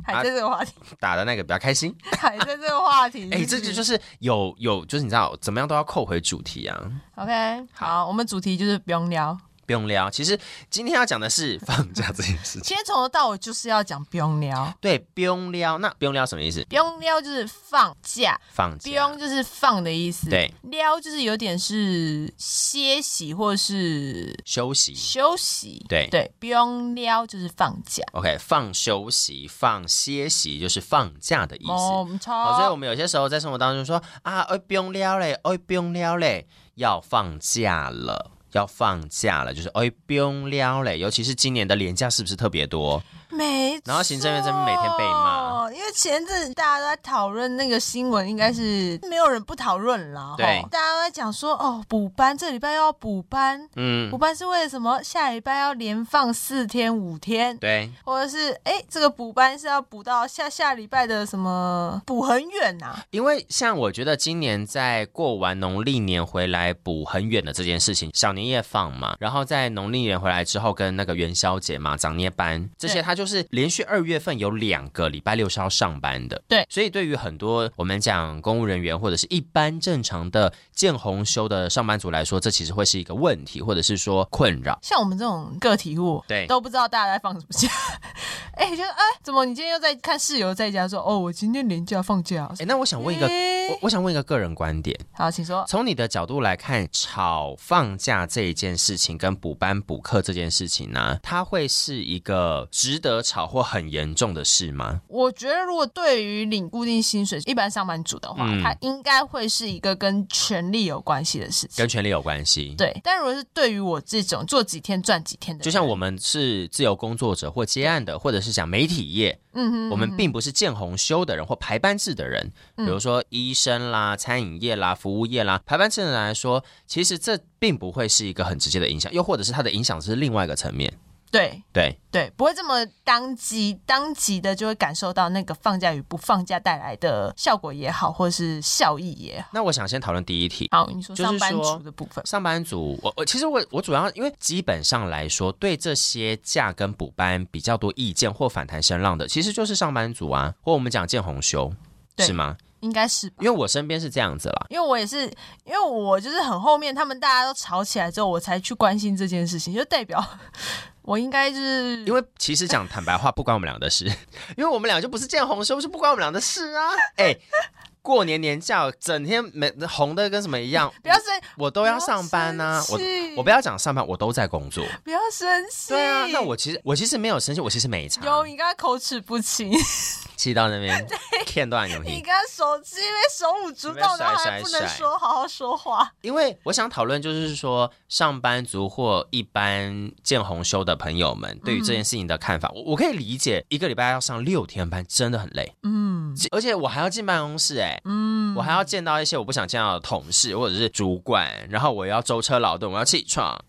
[SPEAKER 1] 还在这个话题，
[SPEAKER 2] 打的那个比较开心。
[SPEAKER 1] 还在这个话题。
[SPEAKER 2] 哎、这就就是是有有，就是你知道，怎么样都要扣回主题啊。
[SPEAKER 1] OK。好，我们主题就是不用聊。
[SPEAKER 2] 不用聊。其实今天要讲的是放假这件
[SPEAKER 1] *laughs*
[SPEAKER 2] 事情。
[SPEAKER 1] 今天从头到尾就是要讲不用聊，
[SPEAKER 2] 对，不用撩，那不用撩什么意思？
[SPEAKER 1] 不用聊就是放假，
[SPEAKER 2] 放
[SPEAKER 1] 不
[SPEAKER 2] 假
[SPEAKER 1] 用就是放的意思。
[SPEAKER 2] 对，
[SPEAKER 1] 撩就是有点是歇息或是
[SPEAKER 2] 休息。
[SPEAKER 1] 休息。
[SPEAKER 2] 对
[SPEAKER 1] 对，不用撩就是放假。
[SPEAKER 2] OK，放休息、放歇息就是放假的意思。
[SPEAKER 1] 哦，超
[SPEAKER 2] 好，所以我们有些时候在生活当中说啊，哎，不用撩嘞，哎，不用撩嘞，要放假了。要放假了，就是哎，不用撩嘞。尤其是今年的年假是不是特别多？
[SPEAKER 1] 没错，
[SPEAKER 2] 然后行政院这边每天被骂，
[SPEAKER 1] 因为前阵子大家都在讨论那个新闻，应该是没有人不讨论啦。
[SPEAKER 2] 对
[SPEAKER 1] 吼大家都在讲说哦，补班这礼拜又要补班，
[SPEAKER 2] 嗯
[SPEAKER 1] 补，班是为了什么？下礼拜要连放四天五天，
[SPEAKER 2] 对，
[SPEAKER 1] 或者是哎、这个补班是要补到下下礼拜的什么补很远啊呐、
[SPEAKER 2] 因为像我觉得今年在过完农历年回来补很远的这件事情，小年夜放嘛，然后在农历年回来之后跟那个元宵节嘛、长夜班这些，
[SPEAKER 1] 对
[SPEAKER 2] 它就是连续二月份有两个礼拜六是要上班的。
[SPEAKER 1] 对
[SPEAKER 2] 所以对于很多我们讲公务人员或者是一般正常的见红休的上班族来说，这其实会是一个问题，或者是说困扰。
[SPEAKER 1] 像我们这种个体户，
[SPEAKER 2] 对
[SPEAKER 1] 都不知道大家在放什么假。 *laughs* 哎、就哎、怎么你今天又在看室友在家说哦，我今天连假放假？
[SPEAKER 2] 哎，那我想问一个，
[SPEAKER 1] 诶
[SPEAKER 2] 我我想问一个个人观点，
[SPEAKER 1] 好，请说。
[SPEAKER 2] 从你的角度来看，炒放假这一件事情跟补班补课这件事情呢、它会是一个值得炒或很严重的事吗？
[SPEAKER 1] 我觉得，如果对于领固定薪水一般上班族的话，
[SPEAKER 2] 嗯
[SPEAKER 1] 它应该会是一个跟权力有关系的事情
[SPEAKER 2] 跟。权力有关系。
[SPEAKER 1] 对，但如果是对于我这种做几天赚几天的人，
[SPEAKER 2] 就像我们是自由工作者或接案的，或者是讲媒体业，
[SPEAKER 1] 嗯哼，嗯
[SPEAKER 2] 我们并不是见红休的人或排班制的人，比如说医生啦、餐饮业啦、服务业啦，排班制的人来说，其实这并不会是一个很直接的影响，又或者是它的影响是另外一个层面。
[SPEAKER 1] 对
[SPEAKER 2] 对，
[SPEAKER 1] 对，不会这么当即当即的就会感受到那个放假与不放假带来的效果也好，或是效益也好。
[SPEAKER 2] 那我想先讨论第一题，
[SPEAKER 1] 好，你说
[SPEAKER 2] 就是
[SPEAKER 1] 上班
[SPEAKER 2] 说
[SPEAKER 1] 族的部分，
[SPEAKER 2] 上班族，我我其实我我主要因为基本上来说，对这些假跟补班比较多意见或反弹声浪的，其实就是上班族啊，或我们讲见红休，
[SPEAKER 1] 对
[SPEAKER 2] 是吗？
[SPEAKER 1] 应该是吧
[SPEAKER 2] 因为我身边是这样子啦。
[SPEAKER 1] 因为我也是，因为我就是很后面他们大家都吵起来之后，我才去关心这件事情，就代表 *laughs* 我应该就是
[SPEAKER 2] 因为其实讲坦白话，不关我们俩的事，因为我们俩就不是见红休，是不关我们俩的事啊。哎、过年年假整天没红的跟什么一样，
[SPEAKER 1] 不要生，
[SPEAKER 2] 我都要上班呐、
[SPEAKER 1] 不要生
[SPEAKER 2] 我
[SPEAKER 1] 气
[SPEAKER 2] 我不要讲上班，我都在工作。
[SPEAKER 1] 不要生气。
[SPEAKER 2] 对啊，那我其实我其实没有生气，我其实没差，
[SPEAKER 1] 有你刚刚口齿不
[SPEAKER 2] *laughs*
[SPEAKER 1] 清，
[SPEAKER 2] 气到
[SPEAKER 1] *laughs*
[SPEAKER 2] 那边片段有
[SPEAKER 1] 你
[SPEAKER 2] 你，
[SPEAKER 1] 刚刚手机被手舞足蹈，
[SPEAKER 2] 在
[SPEAKER 1] 然
[SPEAKER 2] 那边
[SPEAKER 1] 后
[SPEAKER 2] 甩
[SPEAKER 1] 还不
[SPEAKER 2] 甩
[SPEAKER 1] 能
[SPEAKER 2] 甩
[SPEAKER 1] 说好好说话。
[SPEAKER 2] 因为我想讨论就是说，上班族或一般见红休的朋友
[SPEAKER 1] 嗯
[SPEAKER 2] 们对于这件事情的看法，我我可以理解，一个礼拜要上六天班真的很累，
[SPEAKER 1] 嗯
[SPEAKER 2] 而且我还要进办公室哎、
[SPEAKER 1] 嗯
[SPEAKER 2] 我还要见到一些我不想见到的同事或者是主管，然后我要舟车劳顿，我要起床，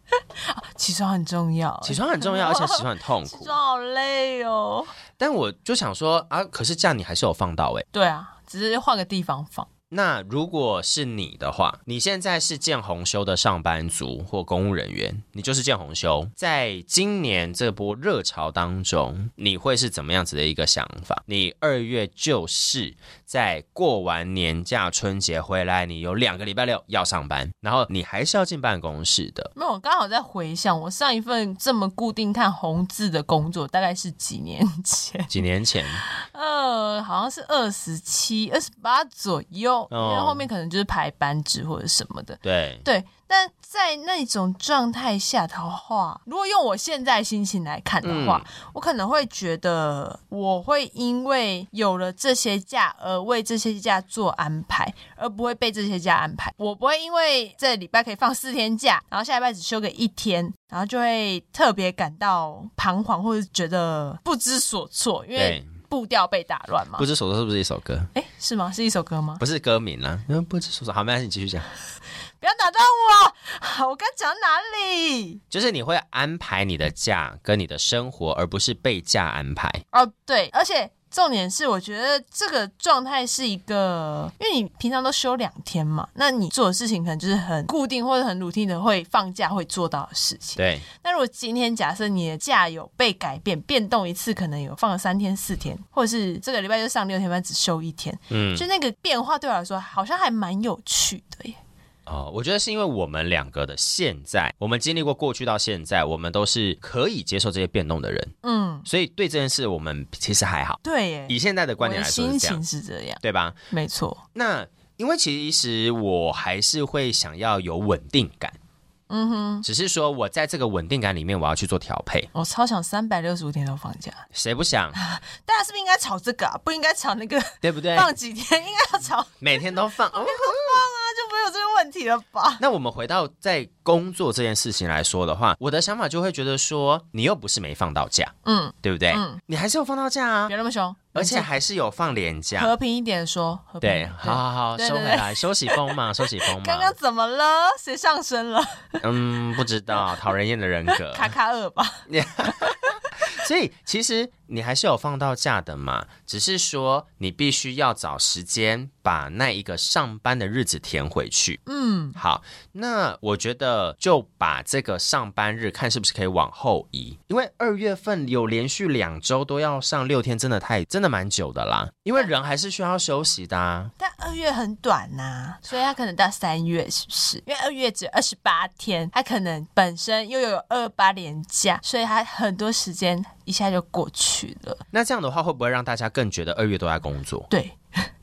[SPEAKER 1] 起床很重要，
[SPEAKER 2] 起床很重
[SPEAKER 1] *laughs*
[SPEAKER 2] 要，而且起床很痛
[SPEAKER 1] 起
[SPEAKER 2] 苦。
[SPEAKER 1] 床好累哦。
[SPEAKER 2] 但我就想说啊，可是这样你还是有放到哎、
[SPEAKER 1] 对啊，只是换个地方放。
[SPEAKER 2] 那如果是你的话，你现在是见红休的上班族或公务人员，你就是见红休。在今年这波热潮当中，你会是怎么样子的一个想法？你二月就是在过完年假春节回来，你有两个礼拜六要上班，然后你还是要进办公室的。
[SPEAKER 1] 没有，我刚好在回想我上一份这么固定看红字的工作，大概是几年前， *laughs*
[SPEAKER 2] 几年前，
[SPEAKER 1] 呃，好像是二十七、二十八左右，因为
[SPEAKER 2] 哦
[SPEAKER 1] 后面可能就是排班制或者什么的。
[SPEAKER 2] 对，
[SPEAKER 1] 对，但在那种状态下的话，如果用我现在心情来看的话，
[SPEAKER 2] 嗯
[SPEAKER 1] 我可能会觉得我会因为有了这些假而为这些假做安排，而不会被这些假安排。我不会因为这礼拜可以放四天假，然后下礼拜只休个一天，然后就会特别感到彷徨或者觉得不知所措，因为
[SPEAKER 2] 对。
[SPEAKER 1] 步调被打乱嘛
[SPEAKER 2] 不。知所措是不是一首歌？
[SPEAKER 1] 哎，是吗？是一首歌吗？ *laughs*
[SPEAKER 2] 不是歌名啦，嗯，不知所措。好，没关系，你继续讲。
[SPEAKER 1] 不要打断我！ *laughs* 我刚讲到哪里？
[SPEAKER 2] 就是你会安排你的假跟你的生活，而不是被假安排。
[SPEAKER 1] 哦，对，而且重点是，我觉得这个状态是一个，因为你平常都休两天嘛，那你做的事情可能就是很固定或者很 routine 的会放假会做到的事情。
[SPEAKER 2] 对，
[SPEAKER 1] 那如果今天假设你的假有被改变、变动一次，可能有放了三天、四天，或者是这个礼拜就上六天班，只休一天，
[SPEAKER 2] 嗯，
[SPEAKER 1] 就那个变化对我来说好像还蛮有趣的耶。
[SPEAKER 2] 哦，我觉得是因为我们两个的现在，我们经历过过去到现在，我们都是可以接受这些变动的人，
[SPEAKER 1] 嗯，
[SPEAKER 2] 所以对这件事我们其实还好。
[SPEAKER 1] 对耶，
[SPEAKER 2] 以现在的观
[SPEAKER 1] 我
[SPEAKER 2] 点
[SPEAKER 1] 的
[SPEAKER 2] 来说是
[SPEAKER 1] 心
[SPEAKER 2] 这
[SPEAKER 1] 情
[SPEAKER 2] 样，
[SPEAKER 1] 是这样，
[SPEAKER 2] 对吧？
[SPEAKER 1] 没错。
[SPEAKER 2] 那因为其实我还是会想要有稳定感，
[SPEAKER 1] 嗯哼，
[SPEAKER 2] 只是说我在这个稳定感里面，我要去做调配。
[SPEAKER 1] 我超想三百六十五天都放假。
[SPEAKER 2] 谁
[SPEAKER 1] *laughs*
[SPEAKER 2] 不想，
[SPEAKER 1] 大家是不是应该吵这个、啊，不应该吵那个
[SPEAKER 2] 对不对？
[SPEAKER 1] 放几天？应该要吵，那
[SPEAKER 2] 每天
[SPEAKER 1] *laughs*
[SPEAKER 2] 都放。哦
[SPEAKER 1] 就没有这个问题了吧？
[SPEAKER 2] 那我们回到在工作这件事情来说的话，我的想法就会觉得说，你又不是没放到假，
[SPEAKER 1] 嗯，
[SPEAKER 2] 对不对？
[SPEAKER 1] 嗯
[SPEAKER 2] 你还是有放到假啊
[SPEAKER 1] 不，要那么凶，
[SPEAKER 2] 而且
[SPEAKER 1] 冷静
[SPEAKER 2] 还是有放年假。
[SPEAKER 1] 和平一点说，和平一
[SPEAKER 2] 对，
[SPEAKER 1] 点
[SPEAKER 2] 好。好好，
[SPEAKER 1] 对
[SPEAKER 2] 收
[SPEAKER 1] 对
[SPEAKER 2] 回
[SPEAKER 1] 对
[SPEAKER 2] 来，休息风嘛，休息风
[SPEAKER 1] 刚
[SPEAKER 2] 嘛
[SPEAKER 1] 刚。怎么了？谁上身了？
[SPEAKER 2] 嗯，不知道，讨人厌的人
[SPEAKER 1] *laughs*
[SPEAKER 2] 格。
[SPEAKER 1] 卡卡尔吧？
[SPEAKER 2] 所以其实你还是有放到假的嘛，只是说你必须要找时间把那一个上班的日子填回去。
[SPEAKER 1] 嗯，
[SPEAKER 2] 好，那我觉得就把这个上班日看是不是可以往后移，因为二月份有连续两周都要上六天，真的太真的蛮久的啦。因为人还是需要休息的、啊。
[SPEAKER 1] 但二月很短呐、所以他可能到三月，是不是？因为二月只有二十八天，他可能本身又有二八连假，所以他很多时间一下就过去了。
[SPEAKER 2] 那这样的话，会不会让大家更觉得二月都在工作，
[SPEAKER 1] 对，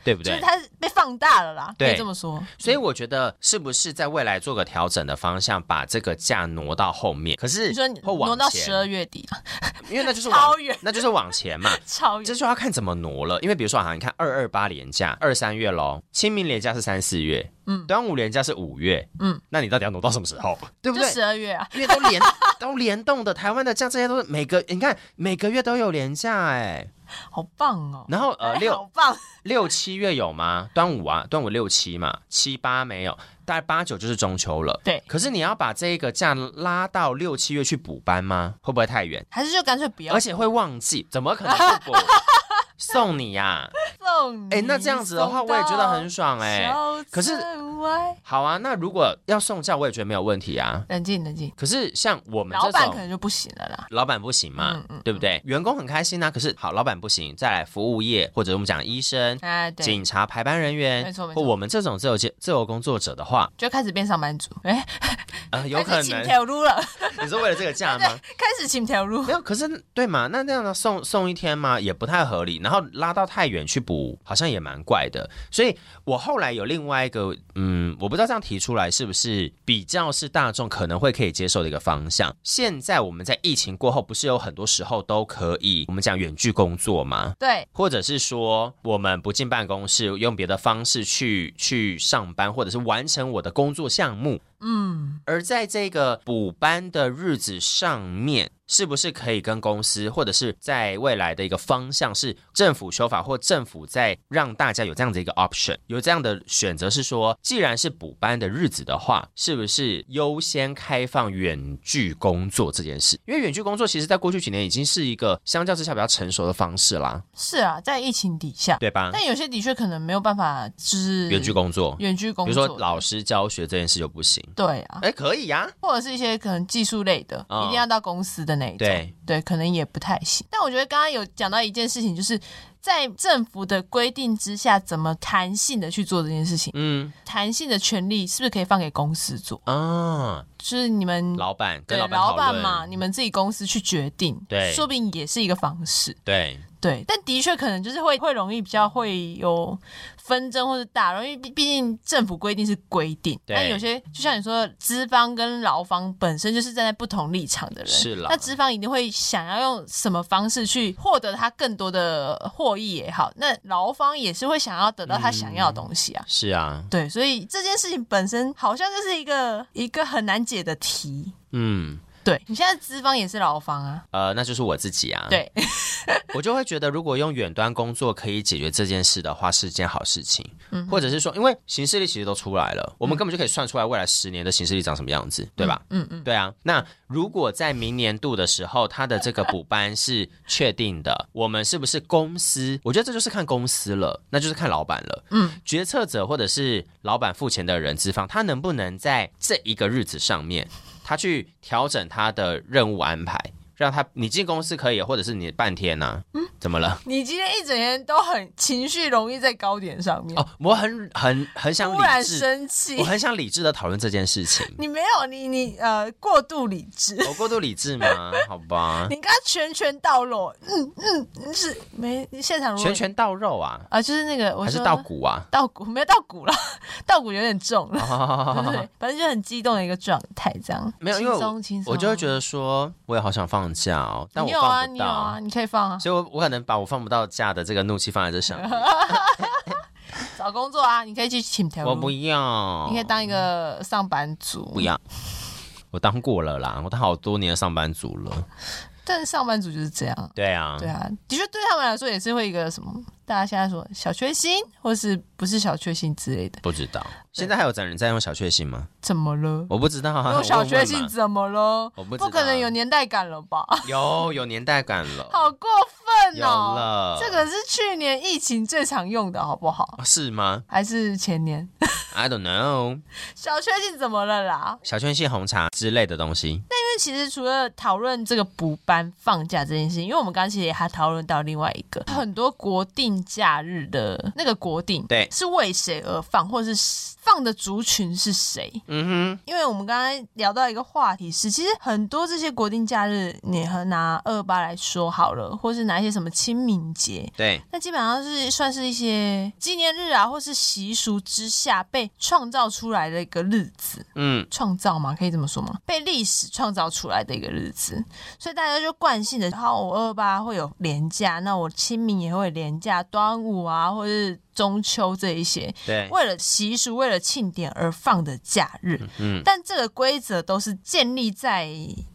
[SPEAKER 2] 对不
[SPEAKER 1] 就是
[SPEAKER 2] 对？
[SPEAKER 1] 他被放大了啦，可
[SPEAKER 2] 对
[SPEAKER 1] 以这么说。
[SPEAKER 2] 所以我觉得是不是在未来做个调整的方向，把这个假挪到后面？可是
[SPEAKER 1] 你说你
[SPEAKER 2] 或往
[SPEAKER 1] 挪到
[SPEAKER 2] 前
[SPEAKER 1] 十二月底，
[SPEAKER 2] 因为那
[SPEAKER 1] *laughs*
[SPEAKER 2] 就是往
[SPEAKER 1] 超远，
[SPEAKER 2] 那就是往前
[SPEAKER 1] *laughs*
[SPEAKER 2] 嘛。
[SPEAKER 1] 超
[SPEAKER 2] 这
[SPEAKER 1] 远。
[SPEAKER 2] 就要看怎么挪了，因为比如说啊，你看二二八连假，二三月喽，清明连假是三四月，嗯，端午连假是五月，嗯
[SPEAKER 1] 嗯，
[SPEAKER 2] 那你到底要挪到什么时候，对不
[SPEAKER 1] 就
[SPEAKER 2] 对？
[SPEAKER 1] 十二月啊，
[SPEAKER 2] 因为都联都联动的，台湾的假这些都是每个，你看每个月都有连假哎，
[SPEAKER 1] 好棒哦！
[SPEAKER 2] 然后呃
[SPEAKER 1] 哎
[SPEAKER 2] 六
[SPEAKER 1] 好棒，
[SPEAKER 2] 六七月有吗？端午啊，端午六七嘛，七八没有，大概八九就是中秋了。
[SPEAKER 1] 对
[SPEAKER 2] 可是你要把这一个假拉到六七月去补班吗？会不会太远？
[SPEAKER 1] 还是就干脆不要
[SPEAKER 2] 而且会忘记，怎么可能
[SPEAKER 1] *laughs*
[SPEAKER 2] 不补？送你呀、
[SPEAKER 1] 送你。
[SPEAKER 2] 哎、那这样子的话，我也觉得很爽哎、
[SPEAKER 1] 哎
[SPEAKER 2] 可是好啊，那如果要送假，我也觉得没有问题啊。
[SPEAKER 1] 冷静冷静，
[SPEAKER 2] 可是像我们
[SPEAKER 1] 老
[SPEAKER 2] 这
[SPEAKER 1] 板可
[SPEAKER 2] 种。
[SPEAKER 1] 能就不行了啦。
[SPEAKER 2] 老板不行嘛，
[SPEAKER 1] 嗯嗯
[SPEAKER 2] 对不对？员工很开心呐、啊可是好，老板不行，再来服务业或者我们讲医生、
[SPEAKER 1] 哎，对，
[SPEAKER 2] 警察、排班人员，
[SPEAKER 1] 没错没
[SPEAKER 2] 或
[SPEAKER 1] 错
[SPEAKER 2] 我们这种自由接自由工作者的话，
[SPEAKER 1] 就开始变上班族。哎，
[SPEAKER 2] 呃，有可
[SPEAKER 1] 开始请
[SPEAKER 2] 能
[SPEAKER 1] 条路了， *laughs*
[SPEAKER 2] 你是为了这个价吗？
[SPEAKER 1] 开始请条路
[SPEAKER 2] 没。有，可是对嘛？那那样的送送一天嘛，也不太合理。然后拉到太远去补，好像也蛮怪的。所以我后来有另外一个，嗯，我不知道这样提出来是不是比较是大众可能会可以接受的一个方向。现在我们在疫情过后，不是有很多时候都可以，我们讲远距工作吗？
[SPEAKER 1] 对，
[SPEAKER 2] 或者是说我们不进办公室，用别的方式去去上班，或者是完成我的工作项目。
[SPEAKER 1] 嗯，
[SPEAKER 2] 而在这个补班的日子上面，是不是可以跟公司，或者是在未来的一个方向，是政府修法或政府在让大家有这样的一个 option，有这样的选择，是说，既然是补班的日子的话，是不是优先开放远距工作这件事？因为远距工作其实在过去几年已经是一个相较之下比较成熟的方式啦，
[SPEAKER 1] 是啊，在疫情底下，
[SPEAKER 2] 对吧？
[SPEAKER 1] 但有些的确可能没有办法，就是
[SPEAKER 2] 远距工作，
[SPEAKER 1] 远距
[SPEAKER 2] 比
[SPEAKER 1] 工
[SPEAKER 2] 如
[SPEAKER 1] 作，
[SPEAKER 2] 说老师教学这件事就不行，
[SPEAKER 1] 对啊，
[SPEAKER 2] 哎，可以呀、
[SPEAKER 1] 或者是一些可能技术类的，
[SPEAKER 2] 嗯
[SPEAKER 1] 一定要到公司的那一种，
[SPEAKER 2] 对
[SPEAKER 1] 可能也不太行。但我觉得刚刚有讲到一件事情，就是在政府的规定之下，怎么弹性的去做这件事情，
[SPEAKER 2] 嗯
[SPEAKER 1] 弹性的权利是不是可以放给公司做？
[SPEAKER 2] 啊，
[SPEAKER 1] 就是你们
[SPEAKER 2] 老板
[SPEAKER 1] 对
[SPEAKER 2] 跟老板
[SPEAKER 1] 老
[SPEAKER 2] 讨
[SPEAKER 1] 板
[SPEAKER 2] 论
[SPEAKER 1] 嘛，你们自己公司去决定，
[SPEAKER 2] 对
[SPEAKER 1] 说不定也是一个方式。
[SPEAKER 2] 对，
[SPEAKER 1] 对，但的确可能就是会会容易比较会有纷争或者打容易，毕毕竟政府规定是规定，
[SPEAKER 2] 对
[SPEAKER 1] 但有些就像你说，资方跟劳方本身就是站在不同立场的人，
[SPEAKER 2] 是啦
[SPEAKER 1] 那资方一定会想要用什么方式去获得他更多的获益也好，那劳方也是会想要得到他想要的东西啊。
[SPEAKER 2] 是啊，
[SPEAKER 1] 对，所以这件事情本身好像就是一个一个很难解的题。
[SPEAKER 2] 嗯，
[SPEAKER 1] 对你现在资方也是劳方啊，
[SPEAKER 2] 呃，那就是我自己啊。，
[SPEAKER 1] 对，
[SPEAKER 2] *laughs* 我就会觉得，如果用远端工作可以解决这件事的话，是件好事情。
[SPEAKER 1] 嗯
[SPEAKER 2] 或者是说，因为行事历其实都出来了，我们根本就可以算出来未来十年的行事历长什么样子，对吧？
[SPEAKER 1] 嗯嗯，
[SPEAKER 2] 对啊，那如果在明年度的时候，它的这个补班是确定的，我们是不是公司？我觉得这就是看公司了，那就是看老板了。
[SPEAKER 1] 嗯，
[SPEAKER 2] 决策者或者是老板付钱的人资方，他能不能在这一个日子上面，他去调整他的任务安排，让他你进公司可以，或者是你半天呢、嗯，怎么了？
[SPEAKER 1] 你今天一整天都很情绪容易在高点上面，
[SPEAKER 2] 哦，我很很很想
[SPEAKER 1] 突然
[SPEAKER 2] 理智，
[SPEAKER 1] 生气。
[SPEAKER 2] 我，很想理智的讨论这件事情
[SPEAKER 1] *laughs* 你没有你你呃过度理智，
[SPEAKER 2] 我过度理智吗？好吧，
[SPEAKER 1] 你刚刚拳拳到肉，嗯嗯嗯，是没你现场如果
[SPEAKER 2] 拳拳到肉啊，
[SPEAKER 1] 啊，就是那个我
[SPEAKER 2] 还
[SPEAKER 1] 说
[SPEAKER 2] 是到骨啊？
[SPEAKER 1] 到骨没有到骨了， *laughs* 到骨有点重了。对
[SPEAKER 2] 哦
[SPEAKER 1] 对，反正就很激动的一个状态，这样
[SPEAKER 2] *laughs* 没有因为我
[SPEAKER 1] 嗯轻松轻松，
[SPEAKER 2] 我就会觉得说，我也好想放假哦，但我
[SPEAKER 1] 你有啊，
[SPEAKER 2] 放不
[SPEAKER 1] 你
[SPEAKER 2] 到，
[SPEAKER 1] 有啊，你可以放啊，
[SPEAKER 2] 所以我我可能把我放不到假的这个怒气放在这上面，
[SPEAKER 1] 找工作啊，你可以去请条路，
[SPEAKER 2] 我不要，
[SPEAKER 1] 你可以当一个上班族，
[SPEAKER 2] 不要，我当过了啦，我当好多年的上班族了，
[SPEAKER 1] 但是上班族就是这样，
[SPEAKER 2] 对啊，
[SPEAKER 1] 对啊，的确对他们来说也是会一个什么，大家现在说小确幸，或是不是小确幸之类的，
[SPEAKER 2] 不知道现在还有人在用小确幸吗？
[SPEAKER 1] 怎么了？
[SPEAKER 2] *laughs* 我不知道啊，
[SPEAKER 1] 有小
[SPEAKER 2] 我问
[SPEAKER 1] 确
[SPEAKER 2] 问
[SPEAKER 1] 幸
[SPEAKER 2] 嘛
[SPEAKER 1] 怎么了？
[SPEAKER 2] 我不知
[SPEAKER 1] 不可能有
[SPEAKER 2] 道
[SPEAKER 1] 年代感了吧？
[SPEAKER 2] 有有年代感了，
[SPEAKER 1] *laughs* 好过分
[SPEAKER 2] *laughs* 有
[SPEAKER 1] 哦！
[SPEAKER 2] 了，
[SPEAKER 1] 这个是去年疫情最常用的好不好？
[SPEAKER 2] 哦是吗
[SPEAKER 1] 还是前年？ *laughs*
[SPEAKER 2] ？I don't know，
[SPEAKER 1] 小确幸怎么了啦？
[SPEAKER 2] 小确幸红茶之类的东西，
[SPEAKER 1] 因为其实除了讨论这个补班放假这件事情，因为我们刚刚其实也还讨论到另外一个，很多国定假日的那个国定，
[SPEAKER 2] 对
[SPEAKER 1] 是为谁而放，或者是放的族群是谁？
[SPEAKER 2] 嗯
[SPEAKER 1] 因为我们刚刚聊到一个话题是，其实很多这些国定假日，你和拿二八来说好了，或是拿一些什么清明节，
[SPEAKER 2] 哼，对，
[SPEAKER 1] 那基本上是算是一些纪念日啊，或是习俗之下被创造出来的一个日子，
[SPEAKER 2] 嗯。
[SPEAKER 1] 创造嘛，可以这么说吗？被历史创造出来的一个日子，所以大家就惯性的，好，我二八会有廉价，那我清明也会廉价，端午啊，或是中秋这一些，
[SPEAKER 2] 对，
[SPEAKER 1] 为了习俗、为了庆典而放的假日。
[SPEAKER 2] 嗯，
[SPEAKER 1] 但这个规则都是建立在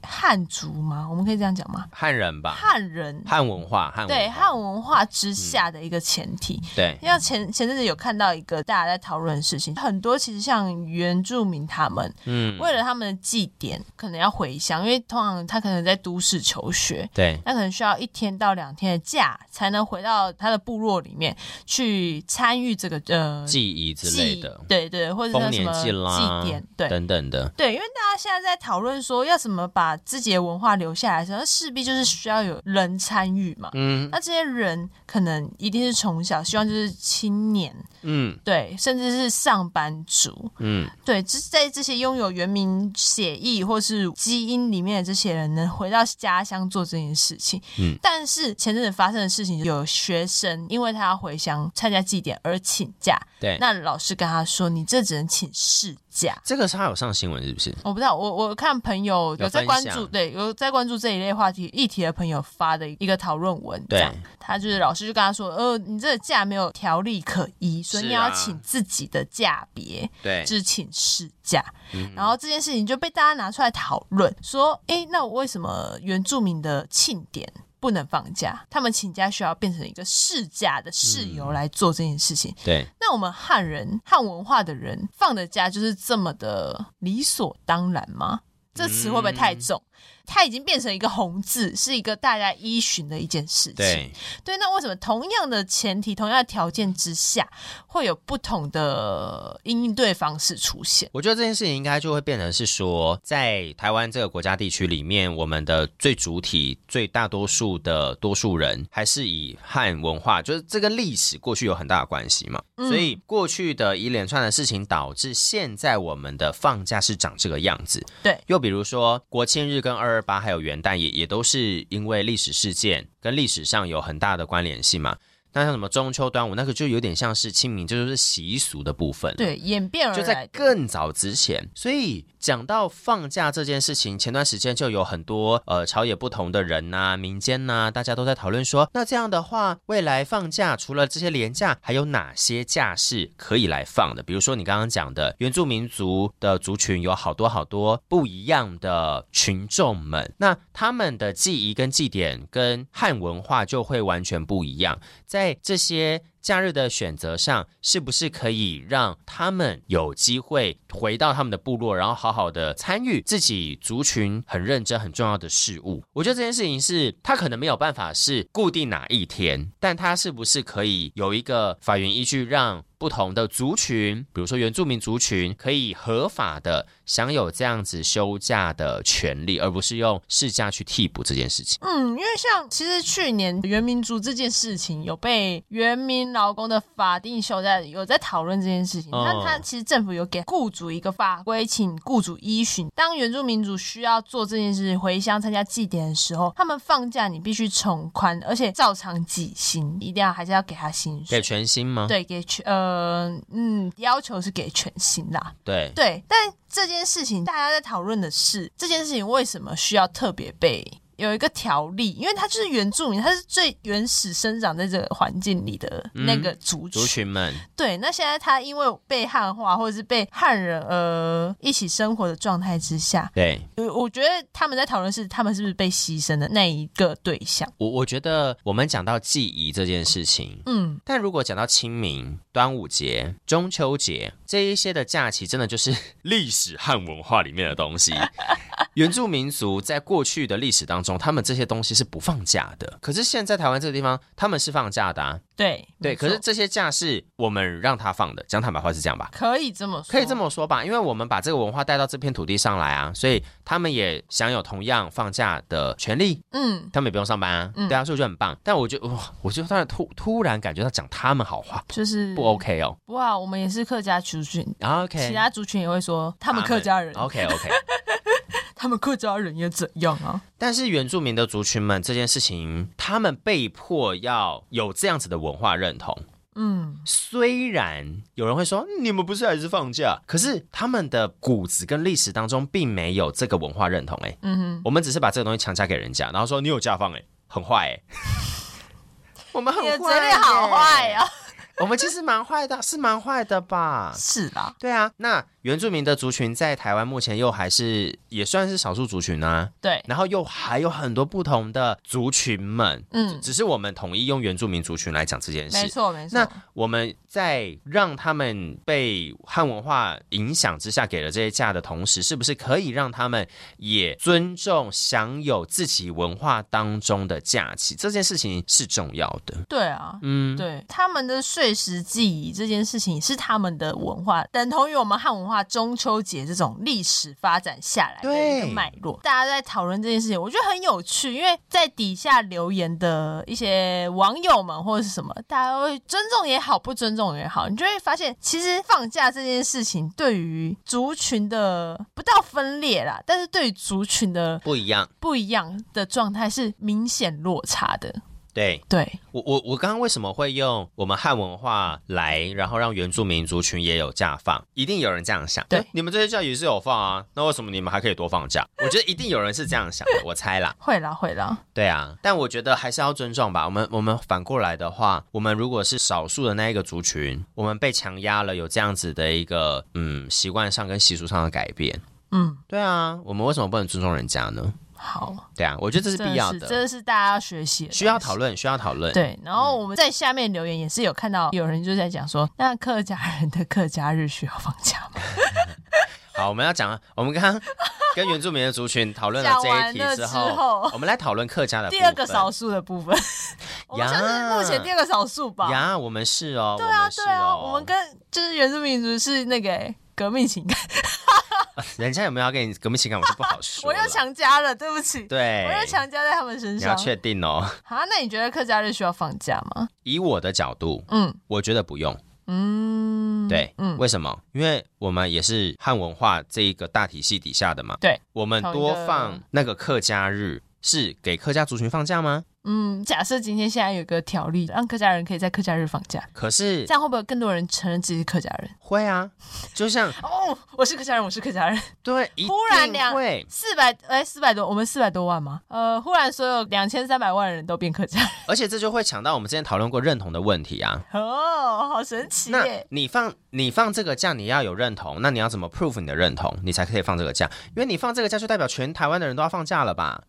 [SPEAKER 1] 汉族吗？我们可以这样讲吗？
[SPEAKER 2] 汉人吧，
[SPEAKER 1] 汉人
[SPEAKER 2] 汉文化，嗯汉文
[SPEAKER 1] 对
[SPEAKER 2] 化
[SPEAKER 1] 汉文化之下的一个前提。
[SPEAKER 2] 对
[SPEAKER 1] 因为前前阵子有看到一个大家在讨论的事情，很多其实像原住民他们，
[SPEAKER 2] 嗯，
[SPEAKER 1] 为了他们的祭典，可能要回乡，因为通常他可能在都市求学，
[SPEAKER 2] 对
[SPEAKER 1] 那可能需要一天到两天的假才能回到他的部落里面去参与这个呃
[SPEAKER 2] 记忆之类的
[SPEAKER 1] 祭，对对，或者
[SPEAKER 2] 丰
[SPEAKER 1] 是什
[SPEAKER 2] 年
[SPEAKER 1] 么
[SPEAKER 2] 祭啦
[SPEAKER 1] 祭典，对。
[SPEAKER 2] 等等的，
[SPEAKER 1] 对，因为大家现在在讨论说要怎么把自己的文化留下来的时候，势必就是需要有人参与嘛。
[SPEAKER 2] 嗯
[SPEAKER 1] 那这些人可能一定是从小，希望就是青年，
[SPEAKER 2] 嗯
[SPEAKER 1] 对，甚至是上班族，
[SPEAKER 2] 嗯，
[SPEAKER 1] 对，只是在这些拥有原民血裔或是基因里面的这些人呢，回到家乡做这件事情。
[SPEAKER 2] 嗯，
[SPEAKER 1] 但是前阵子发生的事情，有学生因为他要回乡参加祭典而请假，
[SPEAKER 2] 对。
[SPEAKER 1] 那老师跟他说：“你这只能请事假。”
[SPEAKER 2] 这个是他有上新闻是不是？
[SPEAKER 1] 我不知道，我我看朋友有在关
[SPEAKER 2] 有分
[SPEAKER 1] 注，
[SPEAKER 2] 享
[SPEAKER 1] 对，有在关注这一类话题议题的朋友发的一个讨论文，
[SPEAKER 2] 对
[SPEAKER 1] 这样他就是老师就跟他说，呃，你这个假没有条例可依，所以
[SPEAKER 2] 是啊哎
[SPEAKER 1] 你要请自己的假别，
[SPEAKER 2] 对
[SPEAKER 1] 就是请事假。
[SPEAKER 2] 嗯
[SPEAKER 1] 然后这件事情就被大家拿出来讨论，说，诶，那我为什么原住民的庆典？不能放假，他们请假需要变成一个事假的
[SPEAKER 2] 嗯
[SPEAKER 1] 事由来做这件事情。
[SPEAKER 2] 对，
[SPEAKER 1] 那我们汉人汉文化的人放的假就是这么的理所当然吗？这词会不会太
[SPEAKER 2] 嗯
[SPEAKER 1] 重？它已经变成一个红字，是一个大家依循的一件事情。
[SPEAKER 2] 对，
[SPEAKER 1] 对那为什么同样的前提、同样的条件之下，会有不同的应对方式出现？
[SPEAKER 2] 我觉得这件事情应该就会变成是说，在台湾这个国家地区里面，我们的最主体、最大多数的多数人，还是以汉文化，就是这跟历史过去有很大的关系嘛。所以过去的一连串的事情，导致现在我们的放假是长这个样子。
[SPEAKER 1] 对
[SPEAKER 2] 又比如说国庆日跟二二八还有元旦也也都是因为历史事件跟历史上有很大的关联性嘛。那像什么中秋、端午，那个就有点像是清明，这就是习俗的部分了。
[SPEAKER 1] 对，演变而
[SPEAKER 2] 就在
[SPEAKER 1] 来的。
[SPEAKER 2] 更早之前，所以讲到放假这件事情，前段时间就有很多呃朝野不同的人呐、民间呐、大家都在讨论说，那这样的话，未来放假除了这些连假，还有哪些假是可以来放的？比如说你刚刚讲的原住民族的族群有好多好多不一样的群众们，那他们的记忆跟祭典跟汉文化就会完全不一样。在这些假日的选择上，是不是可以让他们有机会回到他们的部落，然后好好的参与自己族群很认真、很重要的事物？我觉得这件事情是，他可能没有办法是固定哪一天，但他是不是可以有一个法源依据，让不同的族群，比如说原住民族群，可以合法的享有这样子休假的权利，而不是用事假去替补这件事情？
[SPEAKER 1] 嗯，因为像其实去年原民族这件事情有被原民劳工的法定休假有在讨论这件事情，
[SPEAKER 2] 哦
[SPEAKER 1] 那、他其实政府有给雇主一个法规，请雇主依循。当原住民族需要做这件事回乡参加祭典的时候，他们放假你必须从宽，而且照常给薪，一定要还是要给他薪
[SPEAKER 2] 给
[SPEAKER 1] 水。
[SPEAKER 2] 全薪吗？
[SPEAKER 1] 对，给全呃嗯，要求是给全薪啦。
[SPEAKER 2] 对
[SPEAKER 1] 对，但这件事情大家在讨论的是，这件事情为什么需要特别被有一个条例？因为它就是原住民，它是最原始生长在这个环境里的那个族群。
[SPEAKER 2] 嗯族群们。
[SPEAKER 1] 对，那现在他因为被汉化或者是被汉人呃一起生活的状态之下，
[SPEAKER 2] 对，
[SPEAKER 1] 呃我觉得他们在讨论是他们是不是被牺牲的那一个对象。
[SPEAKER 2] 我我觉得我们讲到记忆这件事情，
[SPEAKER 1] 嗯，
[SPEAKER 2] 但如果讲到清明、端午节、中秋节这一些的假期，真的就是 *laughs* 历史和文化里面的东
[SPEAKER 1] *laughs*
[SPEAKER 2] 西。原住民族在过去的历史当中，他们这些东西是不放假的。可是现在台湾这个地方，他们是放假的、啊，
[SPEAKER 1] 对
[SPEAKER 2] 对。
[SPEAKER 1] 没
[SPEAKER 2] 可是
[SPEAKER 1] 错
[SPEAKER 2] 这些假是我们让他放的，讲坦白话是这样吧？
[SPEAKER 1] 可以这么说，
[SPEAKER 2] 可以这么说吧，因为我们把这个文化带到这片土地上来啊，所以他们也享有同样放假的权利。
[SPEAKER 1] 嗯，
[SPEAKER 2] 他们也不用上班啊，
[SPEAKER 1] 嗯
[SPEAKER 2] 对啊，所以我觉得很棒。但我就哇，我就突然突突然感觉到讲他们好话
[SPEAKER 1] 就是
[SPEAKER 2] 不 OK 哦
[SPEAKER 1] 不好，我们也是客家族群。
[SPEAKER 2] 啊，OK，
[SPEAKER 1] 嗯其他族群也会说他们客家人，
[SPEAKER 2] OK OK。
[SPEAKER 1] 他们客家人也怎样啊？
[SPEAKER 2] 但是原住民的族群们这件事情，他们被迫要有这样子的文化认同。
[SPEAKER 1] 嗯，
[SPEAKER 2] 虽然有人会说你们不是还是放假，可是他们的骨子跟历史当中并没有这个文化认同、欸。哎，嗯哼，我们只是把这个东西强加给人家，然后说你有假放、欸，哎，很坏、
[SPEAKER 1] *laughs*
[SPEAKER 2] 欸，哎，我们很
[SPEAKER 1] 你
[SPEAKER 2] 坏、
[SPEAKER 1] 的嘴脸好坏哦
[SPEAKER 2] 呀。
[SPEAKER 1] 呀、
[SPEAKER 2] *laughs* 我们其实蛮坏的，是蛮坏的吧？
[SPEAKER 1] 是啦，
[SPEAKER 2] 对啊，那原住民的族群在台湾目前又还是也算是少数族群啊，
[SPEAKER 1] 对，
[SPEAKER 2] 然后又还有很多不同的族群们，
[SPEAKER 1] 嗯，
[SPEAKER 2] 只是我们统一用原住民族群来讲这件
[SPEAKER 1] 没
[SPEAKER 2] 事。
[SPEAKER 1] 错没错。
[SPEAKER 2] 那我们在让他们被汉文化影响之下给了这些假的同时，是不是可以让他们也尊重享有自己文化当中的假期？这件事情是重要的。
[SPEAKER 1] 对啊，
[SPEAKER 2] 嗯，
[SPEAKER 1] 对，他们的睡确实记忆这件事情是他们的文化，等同于我们汉文化中秋节这种历史发展下来的一个
[SPEAKER 2] 对
[SPEAKER 1] 脉络。大家在讨论这件事情，我觉得很有趣，因为在底下留言的一些网友们或者是什么，大家会尊重也好，不尊重也好，你就会发现，其实放假这件事情对于族群的不到分裂啦，但是对于族群的
[SPEAKER 2] 不一样。
[SPEAKER 1] 不一样的状态是明显落差的。
[SPEAKER 2] 对
[SPEAKER 1] 对，
[SPEAKER 2] 我我我刚刚为什么会用我们汉文化来，然后让原住民族群也有假放？一定有人这样想，
[SPEAKER 1] 对
[SPEAKER 2] 诶你们这些假也是有放啊，那为什么你们还可以多放假？我觉得一定有人是这样想的，我猜啦。
[SPEAKER 1] 会啦会啦，
[SPEAKER 2] 对啊，但我觉得还是要尊重吧。我们我们反过来的话，我们如果是少数的那一个族群，我们被强压了有这样子的一个嗯习惯上跟习俗上的改变，
[SPEAKER 1] 嗯，
[SPEAKER 2] 对啊，我们为什么不能尊重人家呢？
[SPEAKER 1] 好。
[SPEAKER 2] 对啊，我觉得这是必要
[SPEAKER 1] 真是这
[SPEAKER 2] 的，
[SPEAKER 1] 是大家要学习的东西，
[SPEAKER 2] 需要讨论，嗯需要讨论。
[SPEAKER 1] 对，然后我们在下面留言也是有看到有人就在讲说，那客家人的客家日需要放假
[SPEAKER 2] *laughs*
[SPEAKER 1] 吗？
[SPEAKER 2] 好，我们要讲，啊我们
[SPEAKER 1] *laughs*
[SPEAKER 2] 刚刚跟原住民的族群讨论了
[SPEAKER 1] 讲
[SPEAKER 2] 这
[SPEAKER 1] 完
[SPEAKER 2] 一题
[SPEAKER 1] 了之
[SPEAKER 2] 之后，
[SPEAKER 1] 后
[SPEAKER 2] 我们来讨论客家的
[SPEAKER 1] 第二个
[SPEAKER 2] 部分
[SPEAKER 1] 少数的部分，我们算是目前第二个少数吧。
[SPEAKER 2] 呀，我们是哦，
[SPEAKER 1] 对
[SPEAKER 2] 我
[SPEAKER 1] 啊，
[SPEAKER 2] 们是
[SPEAKER 1] 对啊，
[SPEAKER 2] 哦，
[SPEAKER 1] 我们跟就是原住民族是那个、欸革命情感，
[SPEAKER 2] 人家有没有要给你革命情感，我就不好说
[SPEAKER 1] 我
[SPEAKER 2] 了。
[SPEAKER 1] 又强加了，对不起，
[SPEAKER 2] 对，
[SPEAKER 1] 我又强加在他们身
[SPEAKER 2] 你
[SPEAKER 1] 上
[SPEAKER 2] 要。确定哦。
[SPEAKER 1] 啊，那你觉得客家日需要放假吗？
[SPEAKER 2] 以我的角度，
[SPEAKER 1] 嗯
[SPEAKER 2] 我觉得不用。
[SPEAKER 1] 嗯，
[SPEAKER 2] 对，
[SPEAKER 1] 嗯，
[SPEAKER 2] 为什么？因为我们也是汉文化这一个大体系底下的嘛。
[SPEAKER 1] 对，
[SPEAKER 2] 我们
[SPEAKER 1] 同一
[SPEAKER 2] 多
[SPEAKER 1] 个
[SPEAKER 2] 放那个客家日，是给客家族群放假吗？
[SPEAKER 1] 嗯，假设今天现在有个条例，让客家人可以在客家日放假，
[SPEAKER 2] 可是
[SPEAKER 1] 这样会不会有更多人承认自己是客家人？
[SPEAKER 2] 会啊，就像
[SPEAKER 1] 哦，我是客家人，我是客家人。
[SPEAKER 2] 对，一
[SPEAKER 1] 忽然
[SPEAKER 2] 定
[SPEAKER 1] 两
[SPEAKER 2] 会
[SPEAKER 1] 四百哎，四百多，我们四百多万吗？呃，忽然所有两千三百万人都变客家人，
[SPEAKER 2] 而且这就会抢到我们之前讨论过认同的问题啊。
[SPEAKER 1] *laughs* 哦，好神奇
[SPEAKER 2] 那
[SPEAKER 1] 耶！
[SPEAKER 2] 你放你放这个假，你要有认同，那你要怎么 proof 你的认同，你才可以放这个假？因为你放这个假，就代表全台湾的人都要放假了吧？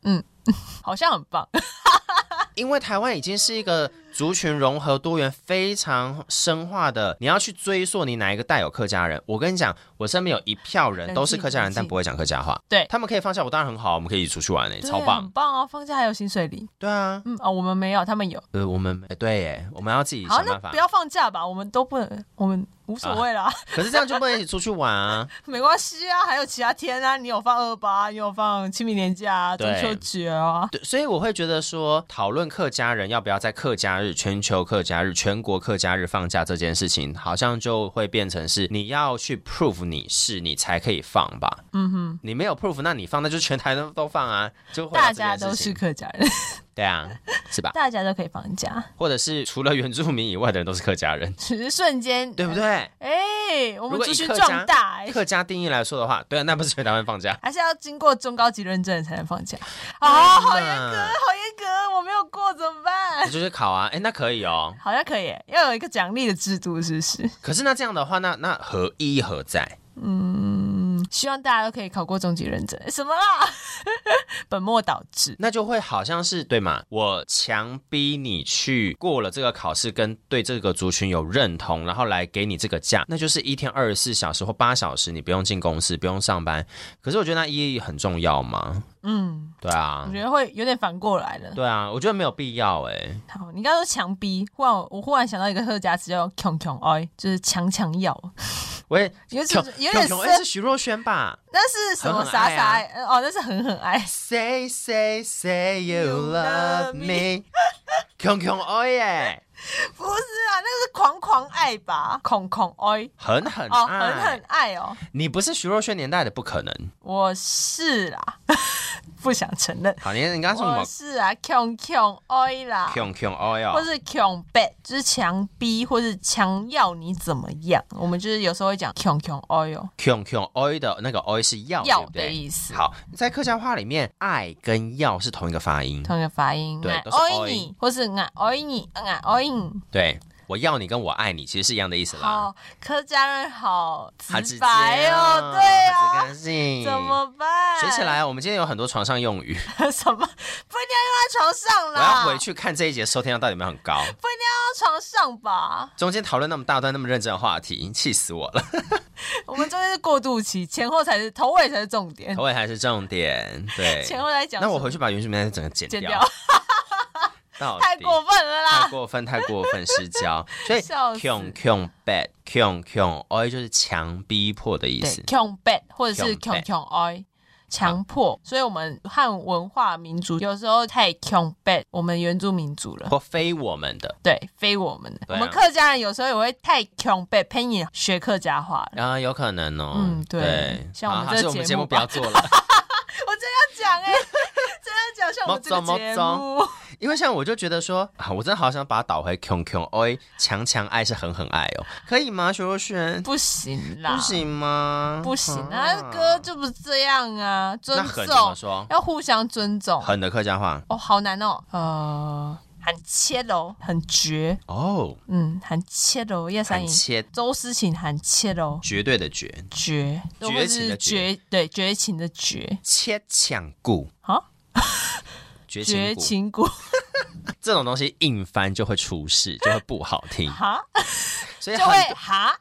[SPEAKER 1] 好像很棒，
[SPEAKER 2] 因为台湾已经是一个族群融合多元非常深化的，你要去追溯你哪一个带有客家人。我跟你讲，我身边有一票人都是客家人，
[SPEAKER 1] 冷静
[SPEAKER 2] 但不会讲客家话。
[SPEAKER 1] 对
[SPEAKER 2] 他们可以放假，我当然很好，我们可以一起出去玩诶、
[SPEAKER 1] 对啊
[SPEAKER 2] 超
[SPEAKER 1] 很
[SPEAKER 2] 棒。
[SPEAKER 1] 棒啊！放假还有薪水领，
[SPEAKER 2] 对啊，
[SPEAKER 1] 嗯哦，我们没有，他们有。
[SPEAKER 2] 呃，我们诶对耶，我们要自己
[SPEAKER 1] 好，
[SPEAKER 2] 想
[SPEAKER 1] 那
[SPEAKER 2] 办法啊
[SPEAKER 1] 不。要放假吧，我们都不能，我们无所谓啦，
[SPEAKER 2] 可是这样就不能一起出去玩啊。
[SPEAKER 1] *laughs* 没关系啊，还有其他天啊，你有放二八，你有放清明年假啊，中
[SPEAKER 2] 对
[SPEAKER 1] 秋节啊，
[SPEAKER 2] 对，所以我会觉得说，讨论客家人要不要在客家日、全球客家日、全国客家日放假这件事情，好像就会变成是你要去 prove 你是，你才可以放吧。嗯哼，你没有 proof，那你放那就全台都都放啊，就会有
[SPEAKER 1] 大
[SPEAKER 2] 这
[SPEAKER 1] 家
[SPEAKER 2] 件
[SPEAKER 1] 都
[SPEAKER 2] 事
[SPEAKER 1] 是
[SPEAKER 2] 情
[SPEAKER 1] 客家人，
[SPEAKER 2] 对啊，
[SPEAKER 1] *laughs*
[SPEAKER 2] 是吧？
[SPEAKER 1] 大家都可以放假，
[SPEAKER 2] 或者是除了原住民以外的人都是客家人，
[SPEAKER 1] 只是瞬间，
[SPEAKER 2] 对不对？
[SPEAKER 1] 哎、我
[SPEAKER 2] 如
[SPEAKER 1] 们
[SPEAKER 2] 果
[SPEAKER 1] 族
[SPEAKER 2] 以
[SPEAKER 1] 群
[SPEAKER 2] 客家
[SPEAKER 1] 壮大、哎
[SPEAKER 2] 客家定义来说的话，对啊，那不是全台湾放假。
[SPEAKER 1] 还是要经过中高级认证才能放假。
[SPEAKER 2] 嗯
[SPEAKER 1] 啊，好严格，
[SPEAKER 2] 那
[SPEAKER 1] 好严格，我没有过怎么办
[SPEAKER 2] 你？就去考啊，哎，那可以哦。
[SPEAKER 1] 好像可以耶，要有一个奖励的制度，是不是？ *laughs*
[SPEAKER 2] 可是那这样的话，那那何一何在？
[SPEAKER 1] 嗯，希望大家都可以考过中级认证。什么啦？ *laughs* 本末倒置。
[SPEAKER 2] 那就会好像是对嘛？我强逼你去过了这个考试，跟对这个族群有认同，然后来给你这个假，那就是一天二十四小时或八小时，你不用进公司，不用上班。可是我觉得那意义很重要嘛？
[SPEAKER 1] 嗯，
[SPEAKER 2] 对啊
[SPEAKER 1] 我，觉得会有点反过来了。
[SPEAKER 2] 对啊，我觉得没有必要哎、
[SPEAKER 1] 好，你刚刚说强逼，忽然我我忽然想到一个客家词叫“强强哎”，就是强强要，
[SPEAKER 2] 我也
[SPEAKER 1] 有点有
[SPEAKER 2] 熊
[SPEAKER 1] 点
[SPEAKER 2] 熊
[SPEAKER 1] 深
[SPEAKER 2] 哎是徐若瑄吧
[SPEAKER 1] 那是什么
[SPEAKER 2] 狠狠
[SPEAKER 1] 傻
[SPEAKER 2] 爱
[SPEAKER 1] 傻
[SPEAKER 2] 啊
[SPEAKER 1] 爱？呃哦，那是狠狠爱。 *laughs*
[SPEAKER 2] ？Say say say you
[SPEAKER 1] You love
[SPEAKER 2] love me，熊熊哎耶，
[SPEAKER 1] 不是啊，那是狂狂爱吧？狂狂哎。
[SPEAKER 2] 狠狠
[SPEAKER 1] 哦，
[SPEAKER 2] 爱
[SPEAKER 1] 狠狠爱哦，
[SPEAKER 2] 你不是徐若瑄年代的不可能。
[SPEAKER 1] 我是啦， *laughs* 不想承认，
[SPEAKER 2] 好，你你刚刚说什
[SPEAKER 1] 我
[SPEAKER 2] 么？
[SPEAKER 1] 是啊，强强爱啦，
[SPEAKER 2] 熊熊哎呀
[SPEAKER 1] 啊或是强逼，就是强逼或是强要你怎么样，我们就是有时候会讲强强爱哦，
[SPEAKER 2] 穷穷 oi 的那个 oi 是要，
[SPEAKER 1] 要
[SPEAKER 2] 对不
[SPEAKER 1] 的
[SPEAKER 2] 对？
[SPEAKER 1] 意思，
[SPEAKER 2] 好，在客家话里面，爱跟要是同一个发音。
[SPEAKER 1] 同一个发音，
[SPEAKER 2] 对
[SPEAKER 1] 爱
[SPEAKER 2] 都是爱
[SPEAKER 1] 爱你，或是爱爱你，爱爱你，
[SPEAKER 2] 对，我要你跟我爱你其实是一样的意思啦。
[SPEAKER 1] 好，客家人好
[SPEAKER 2] 很直
[SPEAKER 1] 直
[SPEAKER 2] 接
[SPEAKER 1] 白哦，
[SPEAKER 2] 啊
[SPEAKER 1] 对啊
[SPEAKER 2] 很，直性
[SPEAKER 1] 怎么办？
[SPEAKER 2] 学起来？啊我们今天有很多床上用语，
[SPEAKER 1] *laughs* 什么？不一定要用在床上
[SPEAKER 2] 我
[SPEAKER 1] 啦，
[SPEAKER 2] 要回去看这一节收听量到底有没有很高。
[SPEAKER 1] 啊不一定要用在床上吧。
[SPEAKER 2] 中间讨论那么大段那么认真的话题，气死我
[SPEAKER 1] *laughs*
[SPEAKER 2] 了。
[SPEAKER 1] 我们中间是过渡期，前后才是头尾才是重点，
[SPEAKER 2] 头尾还是重点，对。
[SPEAKER 1] *laughs* 前后在讲什
[SPEAKER 2] 那
[SPEAKER 1] 么。
[SPEAKER 2] 我回去把原住民那整个剪
[SPEAKER 1] 剪
[SPEAKER 2] 掉
[SPEAKER 1] 掉。
[SPEAKER 2] 到
[SPEAKER 1] *laughs*
[SPEAKER 2] 底
[SPEAKER 1] 太过分了
[SPEAKER 2] 太
[SPEAKER 1] 啦！
[SPEAKER 2] 过分，太过分失
[SPEAKER 1] *laughs*
[SPEAKER 2] 焦。所以
[SPEAKER 1] 笑死
[SPEAKER 2] “kion kion bad kion kion oi” 就是强逼迫的意
[SPEAKER 1] 对
[SPEAKER 2] 思。
[SPEAKER 1] ，kion bad 或者是 kion
[SPEAKER 2] kiong bad
[SPEAKER 1] kion oi。强迫，所以我们汉文化民族有时候太 kion bad 我们原住民族了，
[SPEAKER 2] 或非我们的，
[SPEAKER 1] 对，非我们的。
[SPEAKER 2] 对啊
[SPEAKER 1] 我们客家人有时候也会太 kion bad 拼音学客家话了。
[SPEAKER 2] 啊，有可能哦。
[SPEAKER 1] 嗯对
[SPEAKER 2] 对，
[SPEAKER 1] 像我们
[SPEAKER 2] 好
[SPEAKER 1] 这个
[SPEAKER 2] 还是我们
[SPEAKER 1] 节
[SPEAKER 2] 节
[SPEAKER 1] 目
[SPEAKER 2] 目不
[SPEAKER 1] 吧
[SPEAKER 2] 要做
[SPEAKER 1] *laughs*
[SPEAKER 2] 了，
[SPEAKER 1] 我真要讲哎、真要讲，像我们这个节目，
[SPEAKER 2] 因为像我就觉得说啊，我真的好想把它倒回 “kion kion oi”，强强爱是狠狠爱哦，可以吗？徐若瑄，
[SPEAKER 1] 不行啦，
[SPEAKER 2] 不，行吗？
[SPEAKER 1] 不行啊，歌就不是这样啊，尊
[SPEAKER 2] 那狠怎么
[SPEAKER 1] 重
[SPEAKER 2] 说？
[SPEAKER 1] 要互相尊重。啊
[SPEAKER 2] 狠的客家话
[SPEAKER 1] 哦，好难哦，呃，很切喽，很绝，
[SPEAKER 2] 哦，
[SPEAKER 1] 嗯，很切喽，叶三
[SPEAKER 2] 很
[SPEAKER 1] 颖，
[SPEAKER 2] 切，
[SPEAKER 1] 周思琴很切喽，
[SPEAKER 2] 绝对的绝，
[SPEAKER 1] 绝，
[SPEAKER 2] 绝
[SPEAKER 1] 或者
[SPEAKER 2] 情
[SPEAKER 1] 是
[SPEAKER 2] 的绝
[SPEAKER 1] 绝，对，绝情的绝，
[SPEAKER 2] 切抢固
[SPEAKER 1] 啊，
[SPEAKER 2] 绝
[SPEAKER 1] 绝
[SPEAKER 2] 情骨
[SPEAKER 1] 情谷，
[SPEAKER 2] 这种东西硬翻就会出事，就会不好
[SPEAKER 1] *laughs*
[SPEAKER 2] 听。
[SPEAKER 1] 哈，
[SPEAKER 2] 所以
[SPEAKER 1] 就会
[SPEAKER 2] 啊很，
[SPEAKER 1] 哈，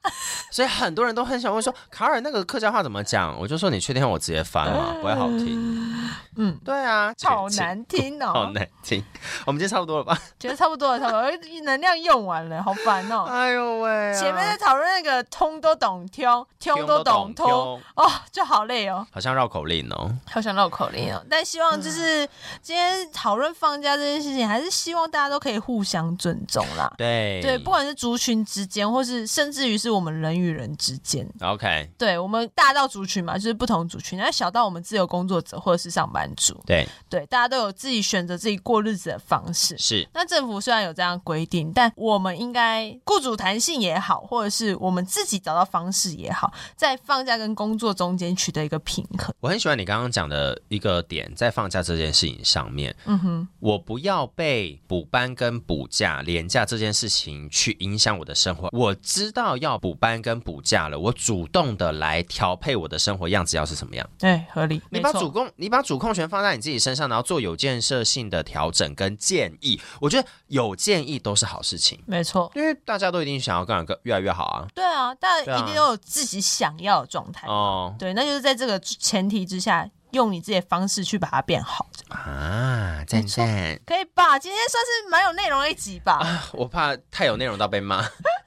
[SPEAKER 2] 所以很多人都很想问说，卡尔那个客家话怎么讲？我就说你确定让我直接翻吗？不会好听。
[SPEAKER 1] 嗯，
[SPEAKER 2] 对啊，
[SPEAKER 1] 好
[SPEAKER 2] 绝情，
[SPEAKER 1] 难听
[SPEAKER 2] 好
[SPEAKER 1] 哦，
[SPEAKER 2] 难听。我们今天差不多了吧？
[SPEAKER 1] 觉得差不多了，差不多了，能量用完了，好烦哦。
[SPEAKER 2] 哎呦喂、啊，
[SPEAKER 1] 前面在讨论那个通都懂听，听
[SPEAKER 2] 听
[SPEAKER 1] 都
[SPEAKER 2] 都
[SPEAKER 1] 懂
[SPEAKER 2] 懂
[SPEAKER 1] 通
[SPEAKER 2] 通
[SPEAKER 1] 哦，就好累哦，
[SPEAKER 2] 好像绕口令哦。
[SPEAKER 1] 好想绕口令哦。但希望就是今天讨论放假这件事情，还是希望大家都可以互相尊重啦。
[SPEAKER 2] 对
[SPEAKER 1] 对，不管是族群之间，或是甚至于是我们人与人之间，
[SPEAKER 2] OK，
[SPEAKER 1] 对我们大到族群嘛，就是不同族群，那小到我们自由工作者或者是上班族，
[SPEAKER 2] 对
[SPEAKER 1] 对，大家都有自己选择自己过日子的方式。
[SPEAKER 2] 是
[SPEAKER 1] 那政府虽然有这样规定，但我们应该雇主弹性也好，或者是我们自己找到方式也好，在放假跟工作中间取得一个平衡。
[SPEAKER 2] 我很喜欢你刚刚讲的一个点，在放假这件事情上面，
[SPEAKER 1] 嗯哼，
[SPEAKER 2] 我不要被补班跟补假、连假这件事情去影响我的生活。我知道要补班跟补假了，我主动的来调配我的生活样子要是什么样。
[SPEAKER 1] 对，合理。
[SPEAKER 2] 你
[SPEAKER 1] 没
[SPEAKER 2] 把
[SPEAKER 1] 错
[SPEAKER 2] 主控，你把主控权放在你自己身上，然后做有建设性的调整跟建议。我觉得有建议都是好事情，
[SPEAKER 1] 没错，
[SPEAKER 2] 因为大家都一定想要干个越来越好啊。
[SPEAKER 1] 对啊，但
[SPEAKER 2] 对啊
[SPEAKER 1] 一定都有自己想要的状态。
[SPEAKER 2] 哦
[SPEAKER 1] 对，那就是在这个前提之下，用你自己的方式去把它变好，
[SPEAKER 2] 啊，赞赞！
[SPEAKER 1] 可以吧？今天算是蛮有内容的一集吧，
[SPEAKER 2] *laughs* 我怕太有内容到被骂， *laughs*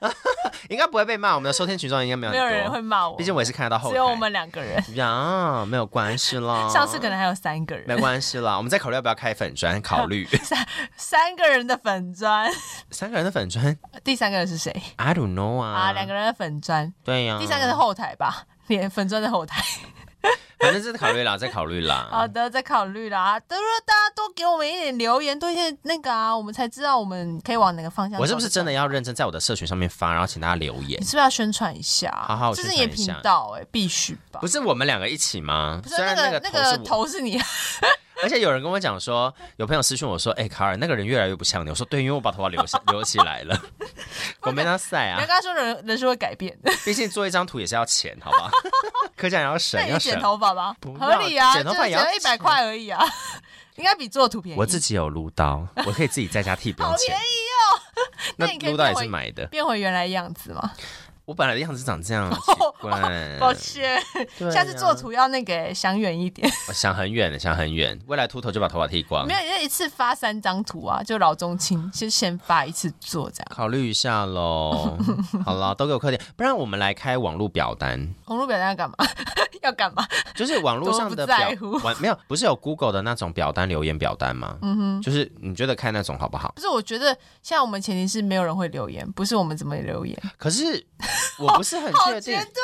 [SPEAKER 2] 应该不会被骂。我们的收听群众应该没
[SPEAKER 1] *laughs*
[SPEAKER 2] 有
[SPEAKER 1] 没有人
[SPEAKER 2] 很
[SPEAKER 1] 会
[SPEAKER 2] 多，
[SPEAKER 1] 骂我，
[SPEAKER 2] 毕竟我也是看得到后台。
[SPEAKER 1] 只有我们两个人，
[SPEAKER 2] 呀，没有关系
[SPEAKER 1] *laughs*
[SPEAKER 2] 啦。
[SPEAKER 1] 上次可能还有三个
[SPEAKER 2] 哦没
[SPEAKER 1] 人，
[SPEAKER 2] 关系啦，我们再考虑要不要开粉砖，
[SPEAKER 1] *laughs*
[SPEAKER 2] 考虑
[SPEAKER 1] 三个人的粉砖， *laughs*
[SPEAKER 2] 三个人的粉砖
[SPEAKER 1] 第三个人是谁？
[SPEAKER 2] ，I don't know 啊，
[SPEAKER 1] 啊，两个人的粉砖，
[SPEAKER 2] 对呀、
[SPEAKER 1] 第三个是后台吧，连粉砖的后台。
[SPEAKER 2] 反正是考虑啦，再考虑
[SPEAKER 1] *laughs*
[SPEAKER 2] 啦。
[SPEAKER 1] 好的，再考虑啦。都如果大家多给我们一点留言，多一些那个啊，我们才知道我们可以往哪个方向走。
[SPEAKER 2] 我是不是真的？要认真在我的社群上面发，然后请大家留言
[SPEAKER 1] 你？是不是要宣传一下？
[SPEAKER 2] 好好
[SPEAKER 1] 这
[SPEAKER 2] 宣
[SPEAKER 1] 是
[SPEAKER 2] 传一
[SPEAKER 1] 你
[SPEAKER 2] 下
[SPEAKER 1] 的频道哎、必须吧
[SPEAKER 2] 不？是我们两个一起吗？
[SPEAKER 1] 不是
[SPEAKER 2] 虽然
[SPEAKER 1] 那
[SPEAKER 2] 个
[SPEAKER 1] 那
[SPEAKER 2] 头
[SPEAKER 1] 个
[SPEAKER 2] 是我，
[SPEAKER 1] 头是你，啊
[SPEAKER 2] 而且有人跟我讲说，有朋友私讯我说，哎、卡尔那个人越来越不像你。我说对，因为我把头发留下留起来了。我没那晒
[SPEAKER 1] 你要跟他
[SPEAKER 2] 啊，
[SPEAKER 1] 说人人是会改变的。
[SPEAKER 2] 毕竟做一张图也是要钱，好
[SPEAKER 1] *laughs*
[SPEAKER 2] 不好？客家人要省
[SPEAKER 1] 那，你
[SPEAKER 2] 要
[SPEAKER 1] 就
[SPEAKER 2] 省
[SPEAKER 1] 剪。头发吧，
[SPEAKER 2] 不
[SPEAKER 1] 合
[SPEAKER 2] 要
[SPEAKER 1] 理啊，
[SPEAKER 2] 剪头发也要
[SPEAKER 1] 一百块而已啊， *laughs* 应该比做图便宜。
[SPEAKER 2] 我自己有撸刀，我可以自己在家剃，不用
[SPEAKER 1] 好
[SPEAKER 2] 钱
[SPEAKER 1] 便。宜
[SPEAKER 2] *laughs*
[SPEAKER 1] 哦。那
[SPEAKER 2] 那
[SPEAKER 1] 你可以
[SPEAKER 2] 撸刀也
[SPEAKER 1] 变
[SPEAKER 2] 是
[SPEAKER 1] 回
[SPEAKER 2] 买的。
[SPEAKER 1] 变回原来样子吗？
[SPEAKER 2] 我本来的样子长这样，奇怪。
[SPEAKER 1] 哦抱歉，
[SPEAKER 2] 嗯对啊
[SPEAKER 1] 下次做图要那个欸想远一点。
[SPEAKER 2] 我想很远，想很远，未来秃头就把头发剃光
[SPEAKER 1] 没。有，就一次发三张图啊，就老中青，就先发一次做这样。
[SPEAKER 2] 考虑一下
[SPEAKER 1] *laughs*
[SPEAKER 2] 喽。好了，都给我快点，不然我们来开网络表单，
[SPEAKER 1] 红路表单要干嘛？ *laughs* 要干嘛？
[SPEAKER 2] 就是网络上的
[SPEAKER 1] 多不
[SPEAKER 2] 表
[SPEAKER 1] 在乎
[SPEAKER 2] 完没有，不是有 Google 的那种表单留言表单吗？嗯哼，就是你觉得看那种好不好？
[SPEAKER 1] 不是，我觉得现在我们前提是没有人会留言，不是我们怎么留言。*laughs*
[SPEAKER 2] 可是我不是很
[SPEAKER 1] 好
[SPEAKER 2] 确
[SPEAKER 1] 绝
[SPEAKER 2] 定，
[SPEAKER 1] 对，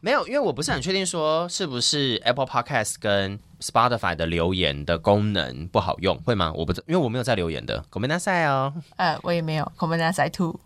[SPEAKER 2] 没有，因为我不是很确定说是不是 Apple Podcast 跟 Spotify 的留言的功能不好用，会吗？我不知，因为我没有在留言的。我们那赛哦，
[SPEAKER 1] 呃，我也没有。我们拿塞兔，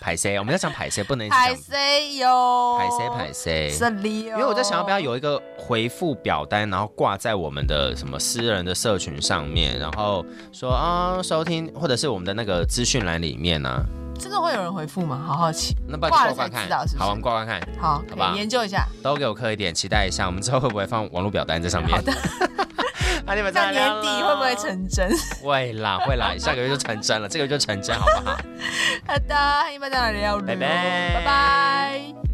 [SPEAKER 2] 排 C，我们要讲排 C，不能一直
[SPEAKER 1] 排
[SPEAKER 2] 讲
[SPEAKER 1] 谁哟？
[SPEAKER 2] 排 C 排 C。
[SPEAKER 1] 这里哟。
[SPEAKER 2] 因为我在想要不要有一个回复表单，然后挂在我们的什么私人的社群上面，然后说啊、收听，或者是我们的那个资讯栏里面呢、啊。
[SPEAKER 1] 真的会有人回复吗？好好奇。
[SPEAKER 2] 那不然
[SPEAKER 1] 挂了
[SPEAKER 2] 你挂挂
[SPEAKER 1] 才
[SPEAKER 2] 看
[SPEAKER 1] 知道是不是
[SPEAKER 2] 好，我们挂挂看，
[SPEAKER 1] 好，可
[SPEAKER 2] 好
[SPEAKER 1] 以
[SPEAKER 2] 吧
[SPEAKER 1] 研究一下。
[SPEAKER 2] 都给我刻一点，期待一下，我们之后会不会放网络表单在上面？ *laughs* 好的，那你们
[SPEAKER 1] 到
[SPEAKER 2] 再
[SPEAKER 1] 年
[SPEAKER 2] 聊了
[SPEAKER 1] 底会不会？成真？ *laughs*
[SPEAKER 2] 会啦，会啦，下个月就成真了，这个月就成真，好不好？
[SPEAKER 1] 好的，一般在哪里聊？
[SPEAKER 2] 拜拜
[SPEAKER 1] 拜拜。